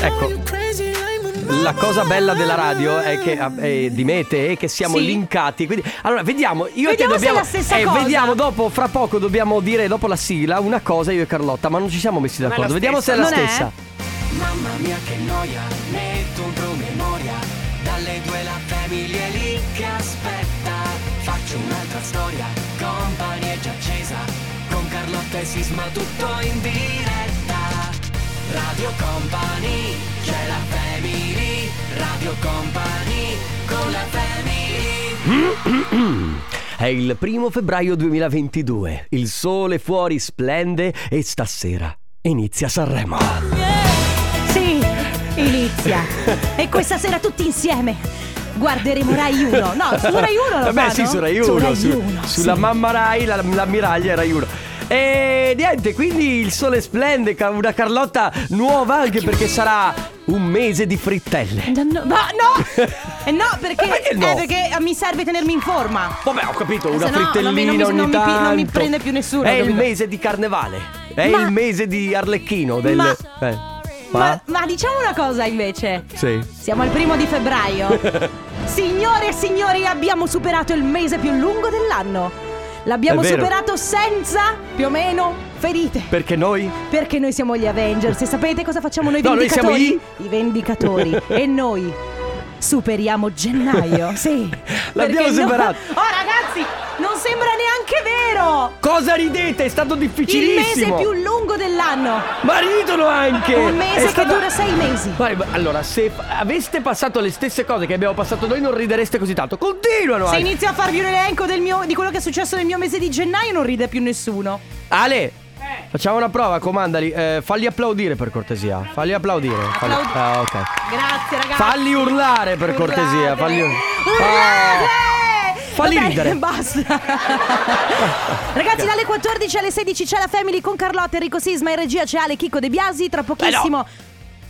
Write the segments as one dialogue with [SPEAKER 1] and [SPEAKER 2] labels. [SPEAKER 1] Ecco. La cosa bella della radio è che eh, di me e te è che siamo
[SPEAKER 2] Sì.
[SPEAKER 1] linkati. Quindi, allora, vediamo. Io e te
[SPEAKER 2] Vediamo se è
[SPEAKER 1] dobbiamo.
[SPEAKER 2] la stessa
[SPEAKER 1] eh,
[SPEAKER 2] cosa.
[SPEAKER 1] vediamo dopo, fra poco dobbiamo dire dopo la sigla una cosa io e Carlotta, ma non ci siamo messi d'accordo. Vediamo se è la
[SPEAKER 2] Non è?
[SPEAKER 1] stessa.
[SPEAKER 3] Mamma mia che noia, metto un promemoria. Dalle due la famiglia è lì che aspetta. Faccio un'altra storia, compagnia è già accesa. Con Carlotta e Sisma tutto in diretta. Radio Company, c'è la family. Radio Company, con la family.
[SPEAKER 1] È il primo febbraio 2022. Il sole fuori splende e stasera inizia Sanremo.
[SPEAKER 2] Sì, inizia. e questa sera tutti insieme guarderemo Rai 1. No, su Rai 1 lo
[SPEAKER 1] Vabbè,
[SPEAKER 2] fanno?
[SPEAKER 1] Eh sì, su Rai
[SPEAKER 2] Su
[SPEAKER 1] 1.
[SPEAKER 2] Rai
[SPEAKER 1] su-
[SPEAKER 2] 1,
[SPEAKER 1] sulla
[SPEAKER 2] sì.
[SPEAKER 1] mamma Rai, la- l'ammiraglia era Rai 1. E niente, quindi il sole splende, ca- una Carlotta nuova anche perché sarà un mese di frittelle.
[SPEAKER 2] No, no, ma no! Eh no, perché,
[SPEAKER 1] Perché no?
[SPEAKER 2] eh, perché mi serve tenermi in forma.
[SPEAKER 1] Vabbè, ho capito, una
[SPEAKER 2] Se no, non mi-
[SPEAKER 1] frittellina
[SPEAKER 2] non mi-
[SPEAKER 1] ogni
[SPEAKER 2] non mi pi-
[SPEAKER 1] tanto.
[SPEAKER 2] non mi prende più nessuno,
[SPEAKER 1] È il
[SPEAKER 2] capito?
[SPEAKER 1] mese di carnevale. È
[SPEAKER 2] Ma-
[SPEAKER 1] il mese di Arlecchino. Del...
[SPEAKER 2] Ma-
[SPEAKER 1] eh,
[SPEAKER 2] Ma, ma diciamo una cosa invece.
[SPEAKER 1] Sì.
[SPEAKER 2] Siamo al primo di febbraio. Signore e signori, abbiamo superato il mese più lungo dell'anno.
[SPEAKER 1] È
[SPEAKER 2] L'abbiamo
[SPEAKER 1] vero.
[SPEAKER 2] superato senza più o meno ferite.
[SPEAKER 1] Perché noi
[SPEAKER 2] Perché noi siamo gli Avengers e sapete cosa facciamo noi
[SPEAKER 1] No, noi
[SPEAKER 2] vendicatori?
[SPEAKER 1] siamo
[SPEAKER 2] I vendicatori. e noi superiamo gennaio. Sì.
[SPEAKER 1] L'abbiamo
[SPEAKER 2] Perché no-
[SPEAKER 1] superato.
[SPEAKER 2] Oh ragazzi, non sembra neanche vero.
[SPEAKER 1] Cosa ridete? È stato
[SPEAKER 2] Il mese
[SPEAKER 1] difficilissimo.
[SPEAKER 2] più lungo dell'anno.
[SPEAKER 1] Ma ridono anche.
[SPEAKER 2] Un mese
[SPEAKER 1] È
[SPEAKER 2] che
[SPEAKER 1] stato-
[SPEAKER 2] dura sei mesi.
[SPEAKER 1] Vai, ma- Allora, se f- aveste passato le stesse cose che abbiamo passato noi, non ridereste così tanto. Continuano.
[SPEAKER 2] Se
[SPEAKER 1] anche.
[SPEAKER 2] inizio a farvi un elenco del mio- di quello che è successo nel mio mese di gennaio non ride più nessuno.
[SPEAKER 1] Ale, facciamo una prova, comandali. Eh, falli applaudire per cortesia. Falli applaudire. Falli-
[SPEAKER 2] Applaudi-
[SPEAKER 1] Ah, ok.
[SPEAKER 2] Grazie ragazzi.
[SPEAKER 1] Falli urlare per cortesia. Falli Ah!
[SPEAKER 2] Urlate!
[SPEAKER 1] Falli
[SPEAKER 2] Vabbè,
[SPEAKER 1] ridere.
[SPEAKER 2] Basta. Ragazzi, dalle 14 alle 16 c'è la Family con Carlotta, Enrico Sisma in regia c'è Ale Chicco De Biasi, tra pochissimo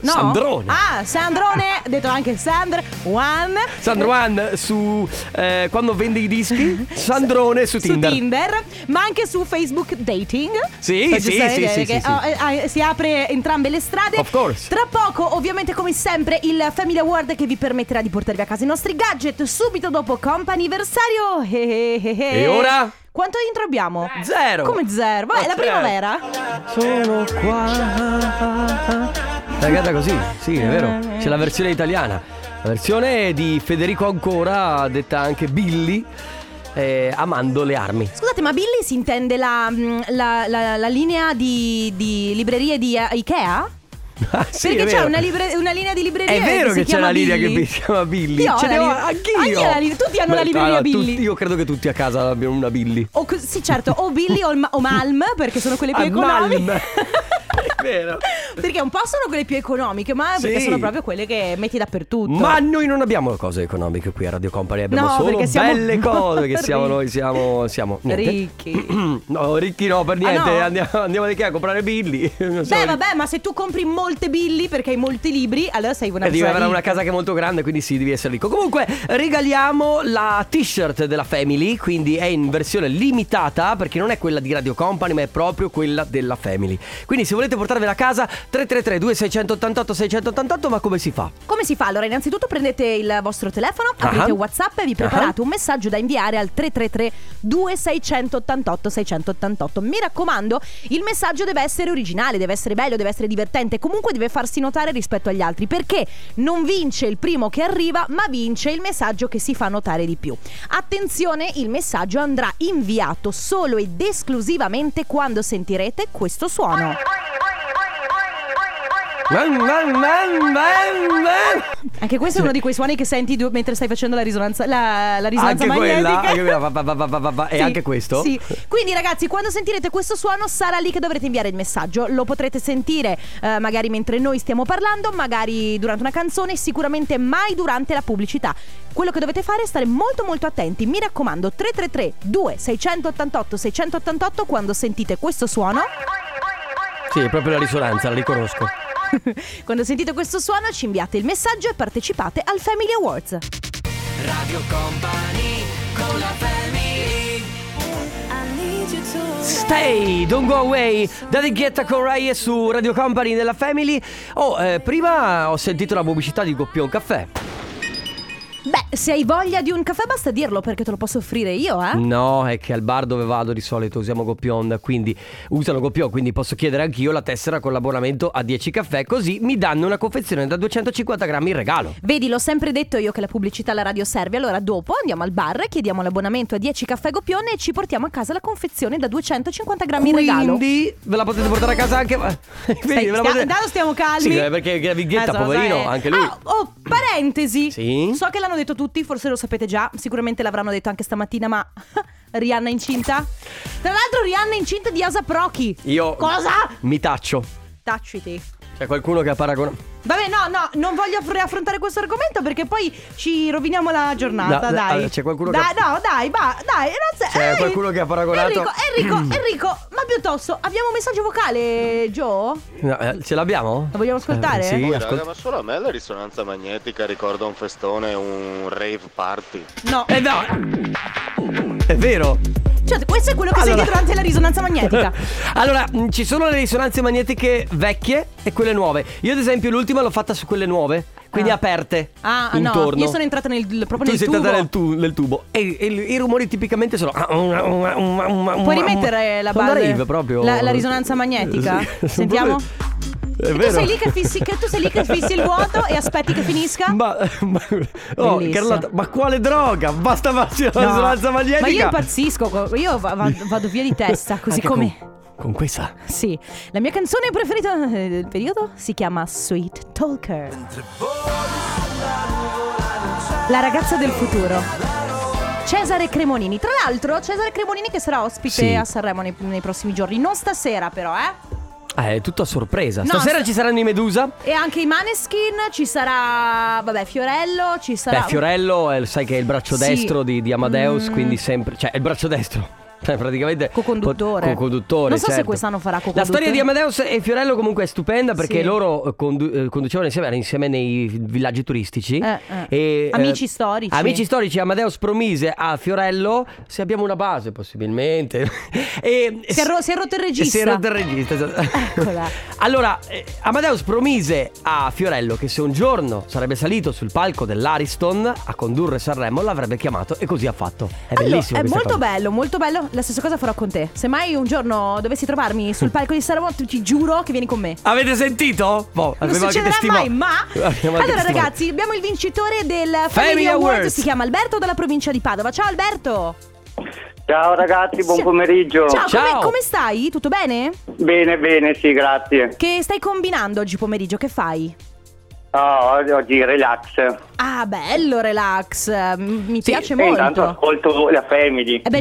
[SPEAKER 2] No?
[SPEAKER 1] Eh Sandrone.
[SPEAKER 2] Ah, Sandrone, detto anche Sandr One
[SPEAKER 1] Sandro Juan su eh, quando vende i dischi. Sandrone su Tinder.
[SPEAKER 2] su Tinder, ma anche su Facebook Dating.
[SPEAKER 1] Sì,
[SPEAKER 2] Per
[SPEAKER 1] sì,
[SPEAKER 2] giustare
[SPEAKER 1] sì,
[SPEAKER 2] idee,
[SPEAKER 1] sì,
[SPEAKER 2] perché,
[SPEAKER 1] sì, sì.
[SPEAKER 2] oh, eh, eh, si apre entrambe le strade.
[SPEAKER 1] Of course.
[SPEAKER 2] Tra poco, ovviamente, come sempre, il Family Award che vi permetterà di portarvi a casa i nostri gadget subito dopo comp'anniversario. Eh, eh, eh, eh.
[SPEAKER 1] E ora? Eh.
[SPEAKER 2] Quanto intro abbiamo?
[SPEAKER 1] Zero.
[SPEAKER 2] Come zero? Vabbè, è la
[SPEAKER 1] Zero.
[SPEAKER 2] primavera.
[SPEAKER 1] Sono qua. La canta così, sì, è vero. C'è la versione italiana. La versione di Federico Ancora, detta anche Billy, eh, amando le armi.
[SPEAKER 2] Scusate, ma Billy si intende la, mm, la- la- la linea di, di librerie di eh, Ikea?
[SPEAKER 1] Ah, sì, è
[SPEAKER 2] Perché c'è
[SPEAKER 1] vero.
[SPEAKER 2] una, libre- una linea di librerie
[SPEAKER 1] È vero che
[SPEAKER 2] si
[SPEAKER 1] c'è
[SPEAKER 2] chiama
[SPEAKER 1] la linea
[SPEAKER 2] Billy.
[SPEAKER 1] che si chiama Billy.
[SPEAKER 2] Io ho
[SPEAKER 1] Ce
[SPEAKER 2] la
[SPEAKER 1] l'ho
[SPEAKER 2] linea-
[SPEAKER 1] anch'io.
[SPEAKER 2] anch'io la linea- tutti hanno la libreria
[SPEAKER 1] allora,
[SPEAKER 2] Billy.
[SPEAKER 1] tutti- io credo che tutti a casa abbiano una Billy.
[SPEAKER 2] O co- sì, certo, o Billy o, il ma- o Malm, perché sono quelle più
[SPEAKER 1] Ah,
[SPEAKER 2] economiche.
[SPEAKER 1] Malm. È vero.
[SPEAKER 2] Perché un po' sono quelle più economiche, ma perché
[SPEAKER 1] Sì.
[SPEAKER 2] sono proprio quelle che metti dappertutto.
[SPEAKER 1] Ma noi non abbiamo cose economiche qui a Radio Company, abbiamo
[SPEAKER 2] No,
[SPEAKER 1] solo
[SPEAKER 2] perché siamo-
[SPEAKER 1] belle cose che siamo noi, siamo, siamo niente.
[SPEAKER 2] Ricchi.
[SPEAKER 1] No, ricchi no, per niente.
[SPEAKER 2] Ah, no?
[SPEAKER 1] Andiamo, andiamo di che a comprare Billy. Non siamo
[SPEAKER 2] Beh,
[SPEAKER 1] ricchi.
[SPEAKER 2] vabbè, ma se tu compri molte Billy perché hai molti libri, allora sei una
[SPEAKER 1] Eh, devi
[SPEAKER 2] persona.
[SPEAKER 1] avere una
[SPEAKER 2] ricca.
[SPEAKER 1] casa che è molto grande, quindi sì, devi essere ricco. Comunque, regaliamo la t-shirt della Family, quindi è in versione limitata, perché non è quella di Radio Company, ma è proprio quella della Family. Quindi, se volete portarvela a casa, 333 2688 688, ma come si fa?
[SPEAKER 2] Come si fa? Allora, innanzitutto prendete il vostro telefono, aprite
[SPEAKER 1] Ah.
[SPEAKER 2] WhatsApp e vi preparate un messaggio da inviare al 333-2688-688. Mi raccomando, il messaggio deve essere originale, deve essere bello, deve essere divertente, comunque deve farsi notare rispetto agli altri, perché non vince il primo che arriva, ma vince il messaggio che si fa notare di più. Attenzione, il messaggio andrà inviato solo ed esclusivamente quando sentirete questo suono.
[SPEAKER 1] Man, man, man, man, man.
[SPEAKER 2] Anche questo è uno di quei suoni che senti du- mentre stai facendo la risonanza, la, la risonanza
[SPEAKER 1] Anche
[SPEAKER 2] magnetica.
[SPEAKER 1] quella, anche quella, va, va, va, va, va, va, va. e
[SPEAKER 2] Sì,
[SPEAKER 1] anche questo.
[SPEAKER 2] Sì. Quindi, ragazzi, quando sentirete questo suono, sarà lì che dovrete inviare il messaggio. Lo potrete sentire eh, magari mentre noi stiamo parlando, magari durante una canzone, sicuramente mai durante la pubblicità. Quello che dovete fare è stare molto molto attenti. Mi raccomando, 333 2688 688 quando sentite questo suono.
[SPEAKER 1] Sì, è proprio la risonanza, la riconosco.
[SPEAKER 2] Quando sentite questo suono ci inviate il messaggio e partecipate al Family Awards.
[SPEAKER 3] Radio Company, con la family.
[SPEAKER 4] I need
[SPEAKER 1] Stay, don't go away. David Guetta con Rai e su Radio Company della Family. Oh, eh, prima ho sentito la pubblicità di Goppion Caffè.
[SPEAKER 2] Beh, se hai voglia di un caffè basta dirlo perché te lo posso offrire io, eh?
[SPEAKER 1] No, è che al bar dove vado di solito usiamo Goppion, quindi usano Goppion, quindi posso chiedere anch'io la tessera con l'abbonamento a 10 caffè, così mi danno una confezione da 250 grammi in regalo.
[SPEAKER 2] Vedi, l'ho sempre detto io che la pubblicità alla radio serve, allora dopo andiamo al bar, chiediamo l'abbonamento a 10 caffè Goppione e ci portiamo a casa la confezione da 250 grammi in regalo.
[SPEAKER 1] Quindi ve la potete portare a casa anche. Quindi ve la
[SPEAKER 2] stia-
[SPEAKER 1] potete-
[SPEAKER 2] intanto stiamo calmi.
[SPEAKER 1] Sì, eh, perché David Guetta,
[SPEAKER 2] Adesso lo
[SPEAKER 1] poverino,
[SPEAKER 2] sai.
[SPEAKER 1] anche lui.
[SPEAKER 2] Ah, oh, parentesi.
[SPEAKER 1] Sì?
[SPEAKER 2] So che l'hanno detto tutti, forse lo sapete già, sicuramente l'avranno detto anche stamattina, ma Rihanna è incinta? Tra l'altro Rihanna è incinta di Asa Prochi.
[SPEAKER 1] Io.
[SPEAKER 2] Cosa?
[SPEAKER 1] Mi taccio.
[SPEAKER 2] Taciti.
[SPEAKER 1] C'è qualcuno che ha paragonato.
[SPEAKER 2] Vabbè, no, no, non voglio aff- affrontare questo argomento perché poi ci roviniamo la giornata,
[SPEAKER 1] Da- da-
[SPEAKER 2] dai.
[SPEAKER 1] allora, c'è qualcuno
[SPEAKER 2] dai,
[SPEAKER 1] che-
[SPEAKER 2] No, dai, va, dai, non se-
[SPEAKER 1] C'è
[SPEAKER 2] eh,
[SPEAKER 1] qualcuno che ha paragonato-
[SPEAKER 2] Enrico, Enrico, Enrico, ma piuttosto abbiamo un messaggio vocale, Joe?
[SPEAKER 1] No, eh, ce l'abbiamo?
[SPEAKER 2] La vogliamo ascoltare?
[SPEAKER 1] Eh, sì,
[SPEAKER 4] Poi,
[SPEAKER 1] ascolta.
[SPEAKER 4] raga, ma solo a me la risonanza magnetica ricorda un festone, un rave party.
[SPEAKER 2] No.
[SPEAKER 1] Eh no! È vero!
[SPEAKER 2] Cioè, questo è quello che
[SPEAKER 1] Allora-
[SPEAKER 2] senti durante la risonanza magnetica.
[SPEAKER 1] Allora, mh, ci sono le risonanze magnetiche vecchie e quelle nuove. Io, ad esempio, l'ultima l'ho fatta su quelle nuove, quindi
[SPEAKER 2] Ah.
[SPEAKER 1] aperte.
[SPEAKER 2] Ah, ah,
[SPEAKER 1] intorno.
[SPEAKER 2] no, io sono entrata nel, proprio
[SPEAKER 1] Tu
[SPEAKER 2] nel
[SPEAKER 1] sei
[SPEAKER 2] tubo.
[SPEAKER 1] entrata nel, tu- nel tubo. E, e i rumori tipicamente sono. ah, um, Puoi ah,
[SPEAKER 2] Puoi rimettere la
[SPEAKER 1] um, sono
[SPEAKER 2] banda-
[SPEAKER 1] da rave proprio.
[SPEAKER 2] la- la risonanza magnetica?
[SPEAKER 1] Sì, sono
[SPEAKER 2] Sentiamo?
[SPEAKER 1] proprio- È
[SPEAKER 2] E tu
[SPEAKER 1] vero.
[SPEAKER 2] sei lì che fissi, che tu sei lì che fissi il vuoto e aspetti che finisca?
[SPEAKER 1] Ma, ma, oh,
[SPEAKER 2] Bellissimo.
[SPEAKER 1] Carlotta, ma quale droga? Basta farsi la
[SPEAKER 2] No.
[SPEAKER 1] risonanza magnetica.
[SPEAKER 2] Ma io impazzisco, co- io va- va- vado via di testa, così
[SPEAKER 1] Anche
[SPEAKER 2] come...
[SPEAKER 1] Con, con questa.
[SPEAKER 2] Sì, la mia canzone preferita eh, del periodo si chiama Sweet Talker. La ragazza del futuro. Cesare Cremonini. Tra l'altro, Cesare Cremonini che sarà ospite
[SPEAKER 1] Sì.
[SPEAKER 2] a Sanremo nei, nei prossimi giorni. Non stasera, però, eh.
[SPEAKER 1] Ah, è tutto a sorpresa.
[SPEAKER 2] No,
[SPEAKER 1] Stasera
[SPEAKER 2] sta-
[SPEAKER 1] ci saranno i Medusa.
[SPEAKER 2] E anche i Maneskin, ci sarà. Vabbè, Fiorello, ci sarà.
[SPEAKER 1] Beh, Fiorello, è- sai che è il braccio
[SPEAKER 2] Sì.
[SPEAKER 1] destro di, di Amadeus,
[SPEAKER 2] Mm.
[SPEAKER 1] quindi sempre... Cioè, è il braccio destro. Cioè, praticamente...
[SPEAKER 2] Co-conduttore.
[SPEAKER 1] co- co-conduttore,
[SPEAKER 2] Non so se
[SPEAKER 1] certo.
[SPEAKER 2] quest'anno farà
[SPEAKER 1] La storia
[SPEAKER 2] co-conduttore.
[SPEAKER 1] di Amadeus e Fiorello comunque è stupenda perché
[SPEAKER 2] Sì.
[SPEAKER 1] loro eh, condu- eh, conducevano insieme, erano insieme nei villaggi turistici.
[SPEAKER 2] Eh, eh.
[SPEAKER 1] E,
[SPEAKER 2] Amici storici.
[SPEAKER 1] Amici storici, Amadeus promise a Fiorello se abbiamo una base possibilmente. e,
[SPEAKER 2] Si è ro- si è rotto il regista.
[SPEAKER 1] Si è rotto il regista. esatto.
[SPEAKER 2] Eccola.
[SPEAKER 1] Allora, eh, Amadeus promise a Fiorello che se un giorno sarebbe salito sul palco dell'Ariston a condurre Sanremo l'avrebbe chiamato e così ha fatto. È
[SPEAKER 2] Allora,
[SPEAKER 1] bellissimo.
[SPEAKER 2] È
[SPEAKER 1] questa
[SPEAKER 2] molto
[SPEAKER 1] cosa.
[SPEAKER 2] bello, molto bello. La stessa cosa farò con te. Se mai un giorno dovessi trovarmi sul palco di Sanremo, ti ti giuro che vieni con me.
[SPEAKER 1] Avete sentito? Boh,
[SPEAKER 2] Non
[SPEAKER 1] abbiamo anche
[SPEAKER 2] succederà
[SPEAKER 1] testimoni.
[SPEAKER 2] mai, ma.
[SPEAKER 1] Abbiamo anche
[SPEAKER 2] Allora,
[SPEAKER 1] testimoni.
[SPEAKER 2] ragazzi, abbiamo il vincitore del Family
[SPEAKER 1] Awards.
[SPEAKER 2] Award. Si chiama Alberto dalla provincia di Padova. Ciao Alberto!
[SPEAKER 5] Ciao ragazzi, buon
[SPEAKER 2] Ciao.
[SPEAKER 5] pomeriggio.
[SPEAKER 2] Ciao,
[SPEAKER 1] Ciao.
[SPEAKER 2] Come, come stai? Tutto bene?
[SPEAKER 5] Bene, bene, sì, grazie.
[SPEAKER 2] Che stai combinando oggi pomeriggio? Che fai?
[SPEAKER 5] Ah, oggi- oggi relax. E
[SPEAKER 2] Ah, bello, relax. M- Mi piace
[SPEAKER 5] Eh, intanto
[SPEAKER 2] molto.
[SPEAKER 5] ascolto la family.
[SPEAKER 2] Eh beh,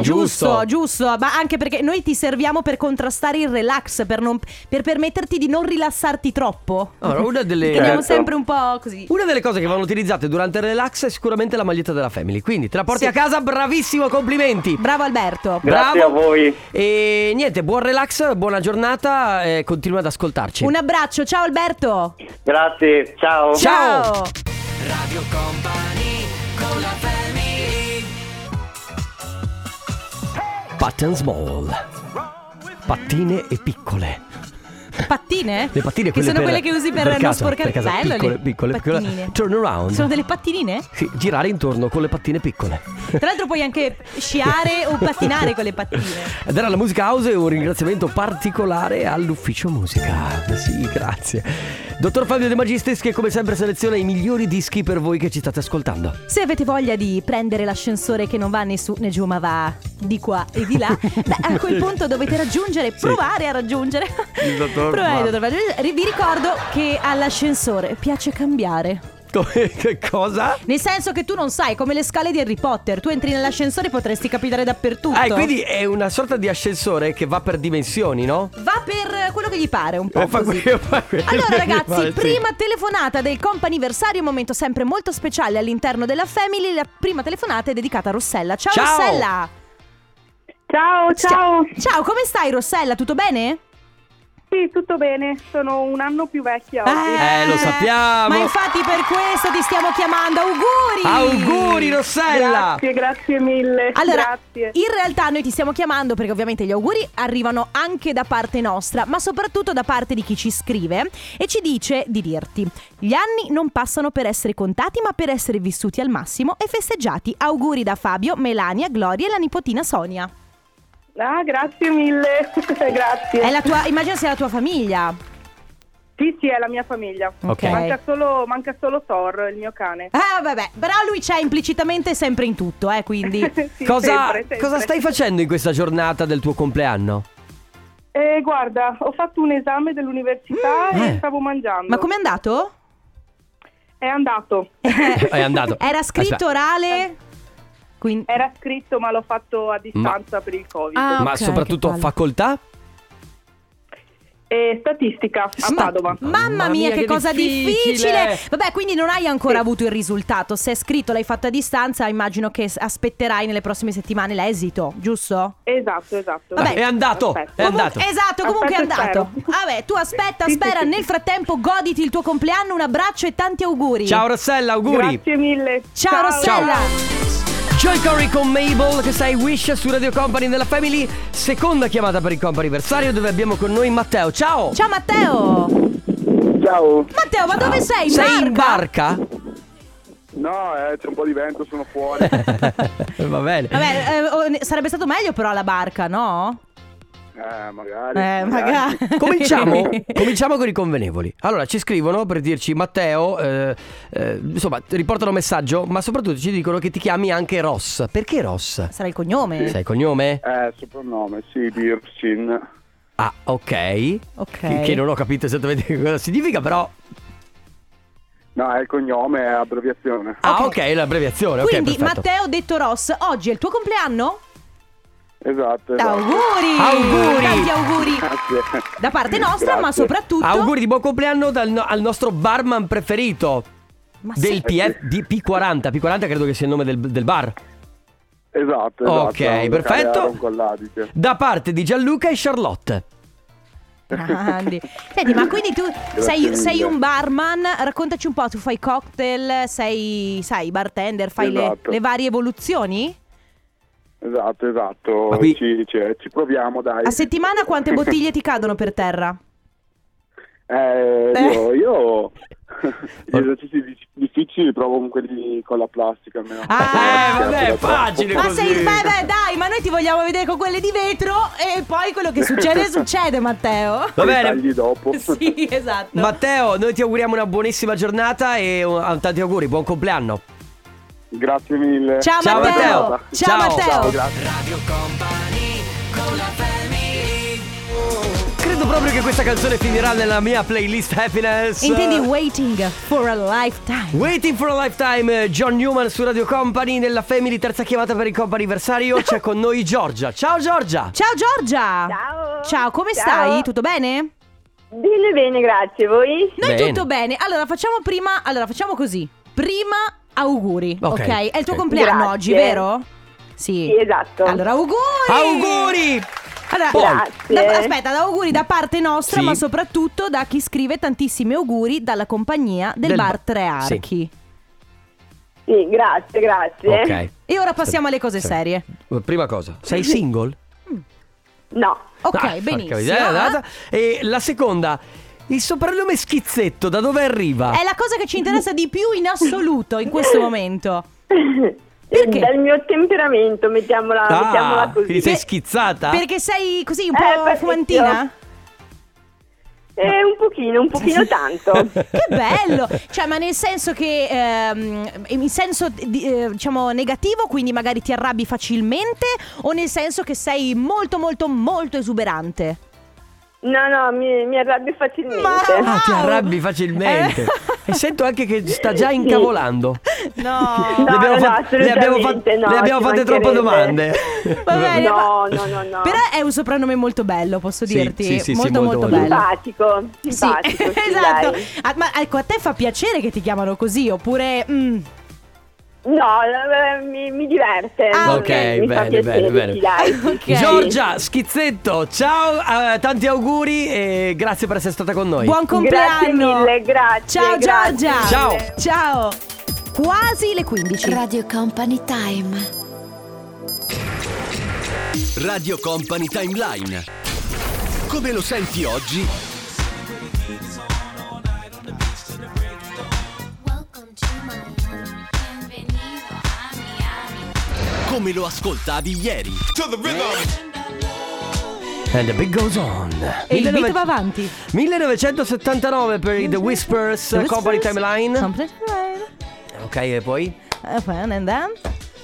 [SPEAKER 1] Giusto.
[SPEAKER 2] giusto, giusto, ma anche perché noi ti serviamo per contrastare il relax, per, non- per permetterti di non rilassarti troppo.
[SPEAKER 1] Allora, una delle-
[SPEAKER 2] Che andiamo
[SPEAKER 5] Certo.
[SPEAKER 2] sempre un po' così.
[SPEAKER 1] Una delle cose che vanno utilizzate durante il relax è sicuramente la maglietta della Family. Quindi te la porti
[SPEAKER 2] Sì.
[SPEAKER 1] a casa, bravissimo, complimenti.
[SPEAKER 2] Bravo Alberto.
[SPEAKER 5] Grazie
[SPEAKER 1] Bravo.
[SPEAKER 5] a voi.
[SPEAKER 1] E niente, buon relax, buona giornata e continua ad ascoltarci.
[SPEAKER 2] Un abbraccio, ciao Alberto.
[SPEAKER 5] Grazie, ciao.
[SPEAKER 1] Ciao.
[SPEAKER 3] Radio Company con la family
[SPEAKER 1] Pattern small. Pattine e piccole.
[SPEAKER 2] Pattine?
[SPEAKER 1] Le pattine
[SPEAKER 2] che
[SPEAKER 1] quelle
[SPEAKER 2] sono
[SPEAKER 1] per-
[SPEAKER 2] quelle che usi per,
[SPEAKER 1] per
[SPEAKER 2] non
[SPEAKER 1] casa,
[SPEAKER 2] sporcare
[SPEAKER 1] per casa,
[SPEAKER 2] Bello,
[SPEAKER 1] piccole,
[SPEAKER 2] le
[SPEAKER 1] piccole, piccole.
[SPEAKER 2] pattinine.
[SPEAKER 1] Turn around.
[SPEAKER 2] Sono delle pattine?
[SPEAKER 1] Sì, girare intorno con le pattine piccole.
[SPEAKER 2] Tra l'altro puoi anche sciare o pattinare con le pattine.
[SPEAKER 1] Ed era la Musica House e un ringraziamento particolare all'ufficio musica. Sì, grazie. Dottor Fabio De Magistris che come sempre seleziona i migliori dischi per voi che ci state ascoltando.
[SPEAKER 2] Se avete voglia di prendere l'ascensore che non va né su né giù ma va di qua e di là, beh, a quel punto dovete raggiungere, provare a raggiungere.
[SPEAKER 1] Il dottor
[SPEAKER 2] provare,
[SPEAKER 1] Mar-
[SPEAKER 2] dottor Mario. Vi ricordo che all'ascensore piace cambiare.
[SPEAKER 1] Come- che cosa?
[SPEAKER 2] Nel senso che tu non sai, come le scale di Harry Potter, tu entri nell'ascensore e potresti capitare dappertutto.
[SPEAKER 1] Ah, e quindi è una sorta di ascensore che va per dimensioni, no?
[SPEAKER 2] Va per eh, quello che gli pare un po'.
[SPEAKER 1] Eh, fa
[SPEAKER 2] così.
[SPEAKER 1] quello- fa quello che
[SPEAKER 2] allora
[SPEAKER 1] gli
[SPEAKER 2] ragazzi,
[SPEAKER 1] pare, sì.
[SPEAKER 2] prima telefonata del comp'anniversario, un momento sempre molto speciale all'interno della Family, la prima telefonata è dedicata a Rossella. Ciao,
[SPEAKER 1] Ciao.
[SPEAKER 2] Rossella!
[SPEAKER 6] Oh, Ciao, ciao.
[SPEAKER 2] Ciao, come stai Rossella? Tutto bene?
[SPEAKER 6] Sì, tutto bene, sono un anno più vecchia oggi.
[SPEAKER 1] Eh, lo sappiamo.
[SPEAKER 2] Ma infatti per questo ti stiamo chiamando. Auguri!
[SPEAKER 1] Auguri Rossella!
[SPEAKER 6] Grazie, grazie mille.
[SPEAKER 2] Allora,
[SPEAKER 6] grazie.
[SPEAKER 2] in realtà noi ti stiamo chiamando perché ovviamente gli auguri arrivano anche da parte nostra, ma soprattutto da parte di chi ci scrive e ci dice di dirti: gli anni non passano per essere contati, ma per essere vissuti al massimo e festeggiati. Auguri da Fabio, Melania, Gloria e la nipotina Sonia.
[SPEAKER 6] Ah, grazie mille. grazie.
[SPEAKER 2] È la tua, immagino sia la tua famiglia.
[SPEAKER 6] Sì, sì, è la mia famiglia.
[SPEAKER 1] Ok.
[SPEAKER 6] Manca, solo, manca solo Thor, il mio cane.
[SPEAKER 2] Ah, vabbè, però lui c'è implicitamente sempre in tutto, eh, quindi.
[SPEAKER 6] Sì,
[SPEAKER 1] Cosa,
[SPEAKER 6] sempre, sempre.
[SPEAKER 1] cosa stai facendo in questa giornata del tuo compleanno?
[SPEAKER 6] Eh, guarda, ho fatto un esame dell'università
[SPEAKER 1] Mm. Eh.
[SPEAKER 6] e stavo mangiando.
[SPEAKER 2] Ma com'è andato?
[SPEAKER 6] È andato.
[SPEAKER 1] È andato.
[SPEAKER 2] Era scritto
[SPEAKER 1] Aspetta.
[SPEAKER 2] orale. Quindi.
[SPEAKER 6] Era scritto, ma l'ho fatto a distanza per il Covid.
[SPEAKER 2] Ah,
[SPEAKER 1] Ma
[SPEAKER 2] ok,
[SPEAKER 1] soprattutto
[SPEAKER 2] che palle.
[SPEAKER 1] facoltà?
[SPEAKER 6] E statistica a
[SPEAKER 1] Sta-
[SPEAKER 6] Padova.
[SPEAKER 2] Mamma mia, che, cosa difficile.
[SPEAKER 1] difficile.
[SPEAKER 2] Vabbè, quindi non hai ancora
[SPEAKER 6] Sì.
[SPEAKER 2] avuto il risultato. Se è scritto, l'hai fatto a distanza, immagino che s- aspetterai nelle prossime settimane l'esito, giusto?
[SPEAKER 6] Esatto, esatto.
[SPEAKER 2] Vabbè.
[SPEAKER 1] Ah, È andato,
[SPEAKER 6] Aspetta.
[SPEAKER 1] è
[SPEAKER 2] Comun-
[SPEAKER 1] andato.
[SPEAKER 2] Esatto, comunque
[SPEAKER 6] Aspetta
[SPEAKER 2] è
[SPEAKER 6] e
[SPEAKER 2] andato.
[SPEAKER 6] spero.
[SPEAKER 2] Vabbè, tu aspetta,
[SPEAKER 6] Sì, sì,
[SPEAKER 2] spera.
[SPEAKER 6] sì,
[SPEAKER 2] Nel
[SPEAKER 6] sì.
[SPEAKER 2] frattempo, goditi il tuo compleanno. Un abbraccio e tanti auguri.
[SPEAKER 1] Ciao Rossella, auguri.
[SPEAKER 6] Grazie mille.
[SPEAKER 2] Ciao, Rossella.
[SPEAKER 1] Joy Corey con Mabel, che sai Wish su Radio Company della Family. Seconda chiamata per il comp anniversario dove abbiamo con noi Matteo. Ciao.
[SPEAKER 2] Ciao, Matteo.
[SPEAKER 5] Ciao.
[SPEAKER 2] Matteo, ma dove sei? In
[SPEAKER 1] Sei
[SPEAKER 2] barca?
[SPEAKER 1] in barca?
[SPEAKER 7] No, eh, c'è un po' di vento, sono fuori.
[SPEAKER 1] Va bene.
[SPEAKER 2] Vabbè, eh, oh, ne- sarebbe stato meglio però la barca, no?
[SPEAKER 7] eh, magari.
[SPEAKER 2] Eh, magari.
[SPEAKER 6] diciamo?
[SPEAKER 1] Cominciamo, cominciamo con i convenevoli. Allora, ci scrivono per dirci Matteo, eh, eh, insomma, ti riportano un messaggio, ma soprattutto ci dicono che ti chiami anche Ross. Perché Ross?
[SPEAKER 2] Sarà il cognome.
[SPEAKER 1] Sai il cognome?
[SPEAKER 7] Eh, soprannome, sì, Bircin.
[SPEAKER 1] Ah, ok.
[SPEAKER 2] Ok.
[SPEAKER 1] Che- Che non ho capito esattamente cosa significa, però...
[SPEAKER 7] No, è il cognome, è abbreviazione.
[SPEAKER 1] Ah,
[SPEAKER 2] Ok.
[SPEAKER 1] ok, l'abbreviazione. ok,
[SPEAKER 2] Quindi,
[SPEAKER 1] perfetto.
[SPEAKER 2] Matteo detto Ross, oggi è il tuo compleanno?
[SPEAKER 7] Esatto. esatto.
[SPEAKER 2] Auguri!
[SPEAKER 1] Auguri!
[SPEAKER 2] Tanti auguri
[SPEAKER 7] Grazie.
[SPEAKER 2] da parte nostra, ma
[SPEAKER 7] Grazie.
[SPEAKER 2] soprattutto
[SPEAKER 1] Auguri di buon compleanno dal no- al nostro barman preferito
[SPEAKER 2] Ma
[SPEAKER 1] del
[SPEAKER 2] Ah, sì.
[SPEAKER 1] PF, di P40. P40 credo che sia il nome del, del bar.
[SPEAKER 7] Esatto, esatto.
[SPEAKER 1] Ok,
[SPEAKER 7] è un locale
[SPEAKER 1] perfetto.
[SPEAKER 7] a Roncalladice.
[SPEAKER 1] Da parte di Gianluca e Charlotte.
[SPEAKER 2] Grandi. Senti, ma quindi tu sei,
[SPEAKER 7] mille.
[SPEAKER 2] sei un barman, raccontaci un po', tu fai cocktail, sei, sai, bartender, fai le- le,
[SPEAKER 7] Esatto.
[SPEAKER 2] varie evoluzioni?
[SPEAKER 7] Esatto, esatto.
[SPEAKER 1] Ma qui-
[SPEAKER 7] Ci, ci- ci proviamo, dai.
[SPEAKER 2] A settimana quante bottiglie ti cadono per terra?
[SPEAKER 7] Eh, io, io gli
[SPEAKER 1] Eh.
[SPEAKER 7] esercizi di- difficili provo con quelli con la plastica almeno.
[SPEAKER 2] Ah,
[SPEAKER 1] eh, vabbè, è facile
[SPEAKER 2] Ma
[SPEAKER 1] così.
[SPEAKER 2] sei, beh, beh, dai, ma noi ti vogliamo vedere con quelle di vetro e poi quello che succede, succede, Matteo.
[SPEAKER 1] Va bene.
[SPEAKER 7] Tagli dopo.
[SPEAKER 2] Sì, esatto.
[SPEAKER 1] Matteo, noi ti auguriamo una buonissima giornata e uh, tanti auguri, buon compleanno.
[SPEAKER 7] Grazie mille.
[SPEAKER 2] Ciao,
[SPEAKER 1] Ciao,
[SPEAKER 2] Matteo.
[SPEAKER 1] Matteo.
[SPEAKER 2] Ciao,
[SPEAKER 1] Ciao.
[SPEAKER 2] Matteo.
[SPEAKER 7] Ciao, grazie.
[SPEAKER 1] Credo proprio che questa canzone finirà nella mia playlist Happiness.
[SPEAKER 2] Intendi waiting for a lifetime.
[SPEAKER 1] Waiting for a Lifetime, eh, John Newman su Radio Company, nella Family, terza chiamata per il comp anniversario. C'è con noi Giorgia. Ciao Giorgia!
[SPEAKER 2] Ciao Giorgia!
[SPEAKER 8] Ciao.
[SPEAKER 2] Ciao, come
[SPEAKER 8] Ciao.
[SPEAKER 2] stai? Tutto bene?
[SPEAKER 8] Bene, bene, grazie. Voi?
[SPEAKER 2] Noi
[SPEAKER 1] Bene.
[SPEAKER 2] tutto bene. Allora, facciamo prima. Allora, facciamo così. Prima auguri.
[SPEAKER 1] Ok,
[SPEAKER 2] Ok. È il tuo
[SPEAKER 1] ok.
[SPEAKER 2] compleanno
[SPEAKER 8] Grazie.
[SPEAKER 2] oggi, vero? Sì.
[SPEAKER 8] Sì, esatto.
[SPEAKER 2] Allora, auguri!
[SPEAKER 1] Auguri!
[SPEAKER 2] Allora,
[SPEAKER 1] Poi.
[SPEAKER 8] Grazie.
[SPEAKER 2] da- aspetta, da auguri da parte nostra,
[SPEAKER 1] Sì.
[SPEAKER 2] ma soprattutto da chi scrive tantissimi auguri dalla compagnia del,
[SPEAKER 1] Del
[SPEAKER 2] bar
[SPEAKER 1] ba-
[SPEAKER 2] Tre
[SPEAKER 1] sì.
[SPEAKER 2] Archi.
[SPEAKER 8] Sì, grazie, grazie.
[SPEAKER 1] Ok.
[SPEAKER 2] E ora passiamo alle cose
[SPEAKER 1] Sì.
[SPEAKER 2] serie.
[SPEAKER 1] Prima cosa, sei single?
[SPEAKER 8] No,
[SPEAKER 2] Ok,
[SPEAKER 1] Ah, porca
[SPEAKER 2] benissimo.
[SPEAKER 1] miseria, data. E la seconda, il soprannome schizzetto, da dove arriva?
[SPEAKER 8] Eh,
[SPEAKER 2] È la cosa che ci interessa di più in assoluto in questo momento. Perché?
[SPEAKER 8] dal mio temperamento, mettiamola, mettiamola
[SPEAKER 1] Ah, quindi
[SPEAKER 8] così.
[SPEAKER 1] sei
[SPEAKER 2] Per-
[SPEAKER 1] schizzata?
[SPEAKER 2] Perché sei così un
[SPEAKER 8] Eh,
[SPEAKER 2] po'
[SPEAKER 8] perché
[SPEAKER 2] fumantina?
[SPEAKER 8] Eh, un pochino, un pochino tanto.
[SPEAKER 2] Che bello! Cioè, ma nel senso che ehm, in senso di- eh, diciamo negativo, quindi magari ti arrabbi facilmente, o nel senso che sei molto molto molto esuberante?
[SPEAKER 8] No, no, mi, mi arrabbio facilmente.
[SPEAKER 2] Ma-
[SPEAKER 1] Ah, ti arrabbi facilmente.
[SPEAKER 2] Eh.
[SPEAKER 1] E sento anche che sta già incavolando.
[SPEAKER 2] No!
[SPEAKER 8] No,
[SPEAKER 1] le abbiamo,
[SPEAKER 8] no,
[SPEAKER 1] fatte- le abbiamo
[SPEAKER 8] assolutamente
[SPEAKER 1] fatte-
[SPEAKER 8] no,
[SPEAKER 1] le abbiamo
[SPEAKER 8] ci
[SPEAKER 1] fatte troppe domande.
[SPEAKER 8] mancherebbe.
[SPEAKER 2] Va bene,
[SPEAKER 8] No,
[SPEAKER 2] ma-
[SPEAKER 8] no, no, no.
[SPEAKER 2] Però è un soprannome molto bello, posso
[SPEAKER 1] Sì,
[SPEAKER 2] dirti.
[SPEAKER 1] sì, sì, sì,
[SPEAKER 2] molto,
[SPEAKER 1] molto,
[SPEAKER 2] molto,
[SPEAKER 1] molto.
[SPEAKER 2] bello.
[SPEAKER 8] Simpatico,
[SPEAKER 2] Sì,
[SPEAKER 8] simpatico. sì,
[SPEAKER 2] esatto.
[SPEAKER 8] dai.
[SPEAKER 2] Ah, ma ecco, a te fa piacere che ti chiamano così, oppure... mm,
[SPEAKER 8] No, eh, mi, mi diverte.
[SPEAKER 2] Ah,
[SPEAKER 8] mi-
[SPEAKER 1] ok,
[SPEAKER 8] mi fa
[SPEAKER 1] bene,
[SPEAKER 8] piacere,
[SPEAKER 1] bene, bene.
[SPEAKER 8] sì, dai.
[SPEAKER 2] Ok.
[SPEAKER 1] Giorgia Schizzetto, ciao, eh, tanti auguri e grazie per essere stata con noi.
[SPEAKER 2] Buon compleanno.
[SPEAKER 8] Grazie mille, grazie,
[SPEAKER 2] Ciao
[SPEAKER 8] grazie.
[SPEAKER 2] Giorgia.
[SPEAKER 1] Ciao.
[SPEAKER 2] Ciao. Quasi le 15.
[SPEAKER 9] Radio Company Time.
[SPEAKER 3] Radio Company Timeline. Come lo senti oggi? Come lo ascoltavi ieri?
[SPEAKER 1] And the big goes on.
[SPEAKER 2] E il
[SPEAKER 1] 1900
[SPEAKER 2] beat va avanti.
[SPEAKER 1] 1979 per i The Whispers, eh, Company Timeline.
[SPEAKER 2] Company Timeline.
[SPEAKER 1] Ok, e poi?
[SPEAKER 2] Eh, fun and then.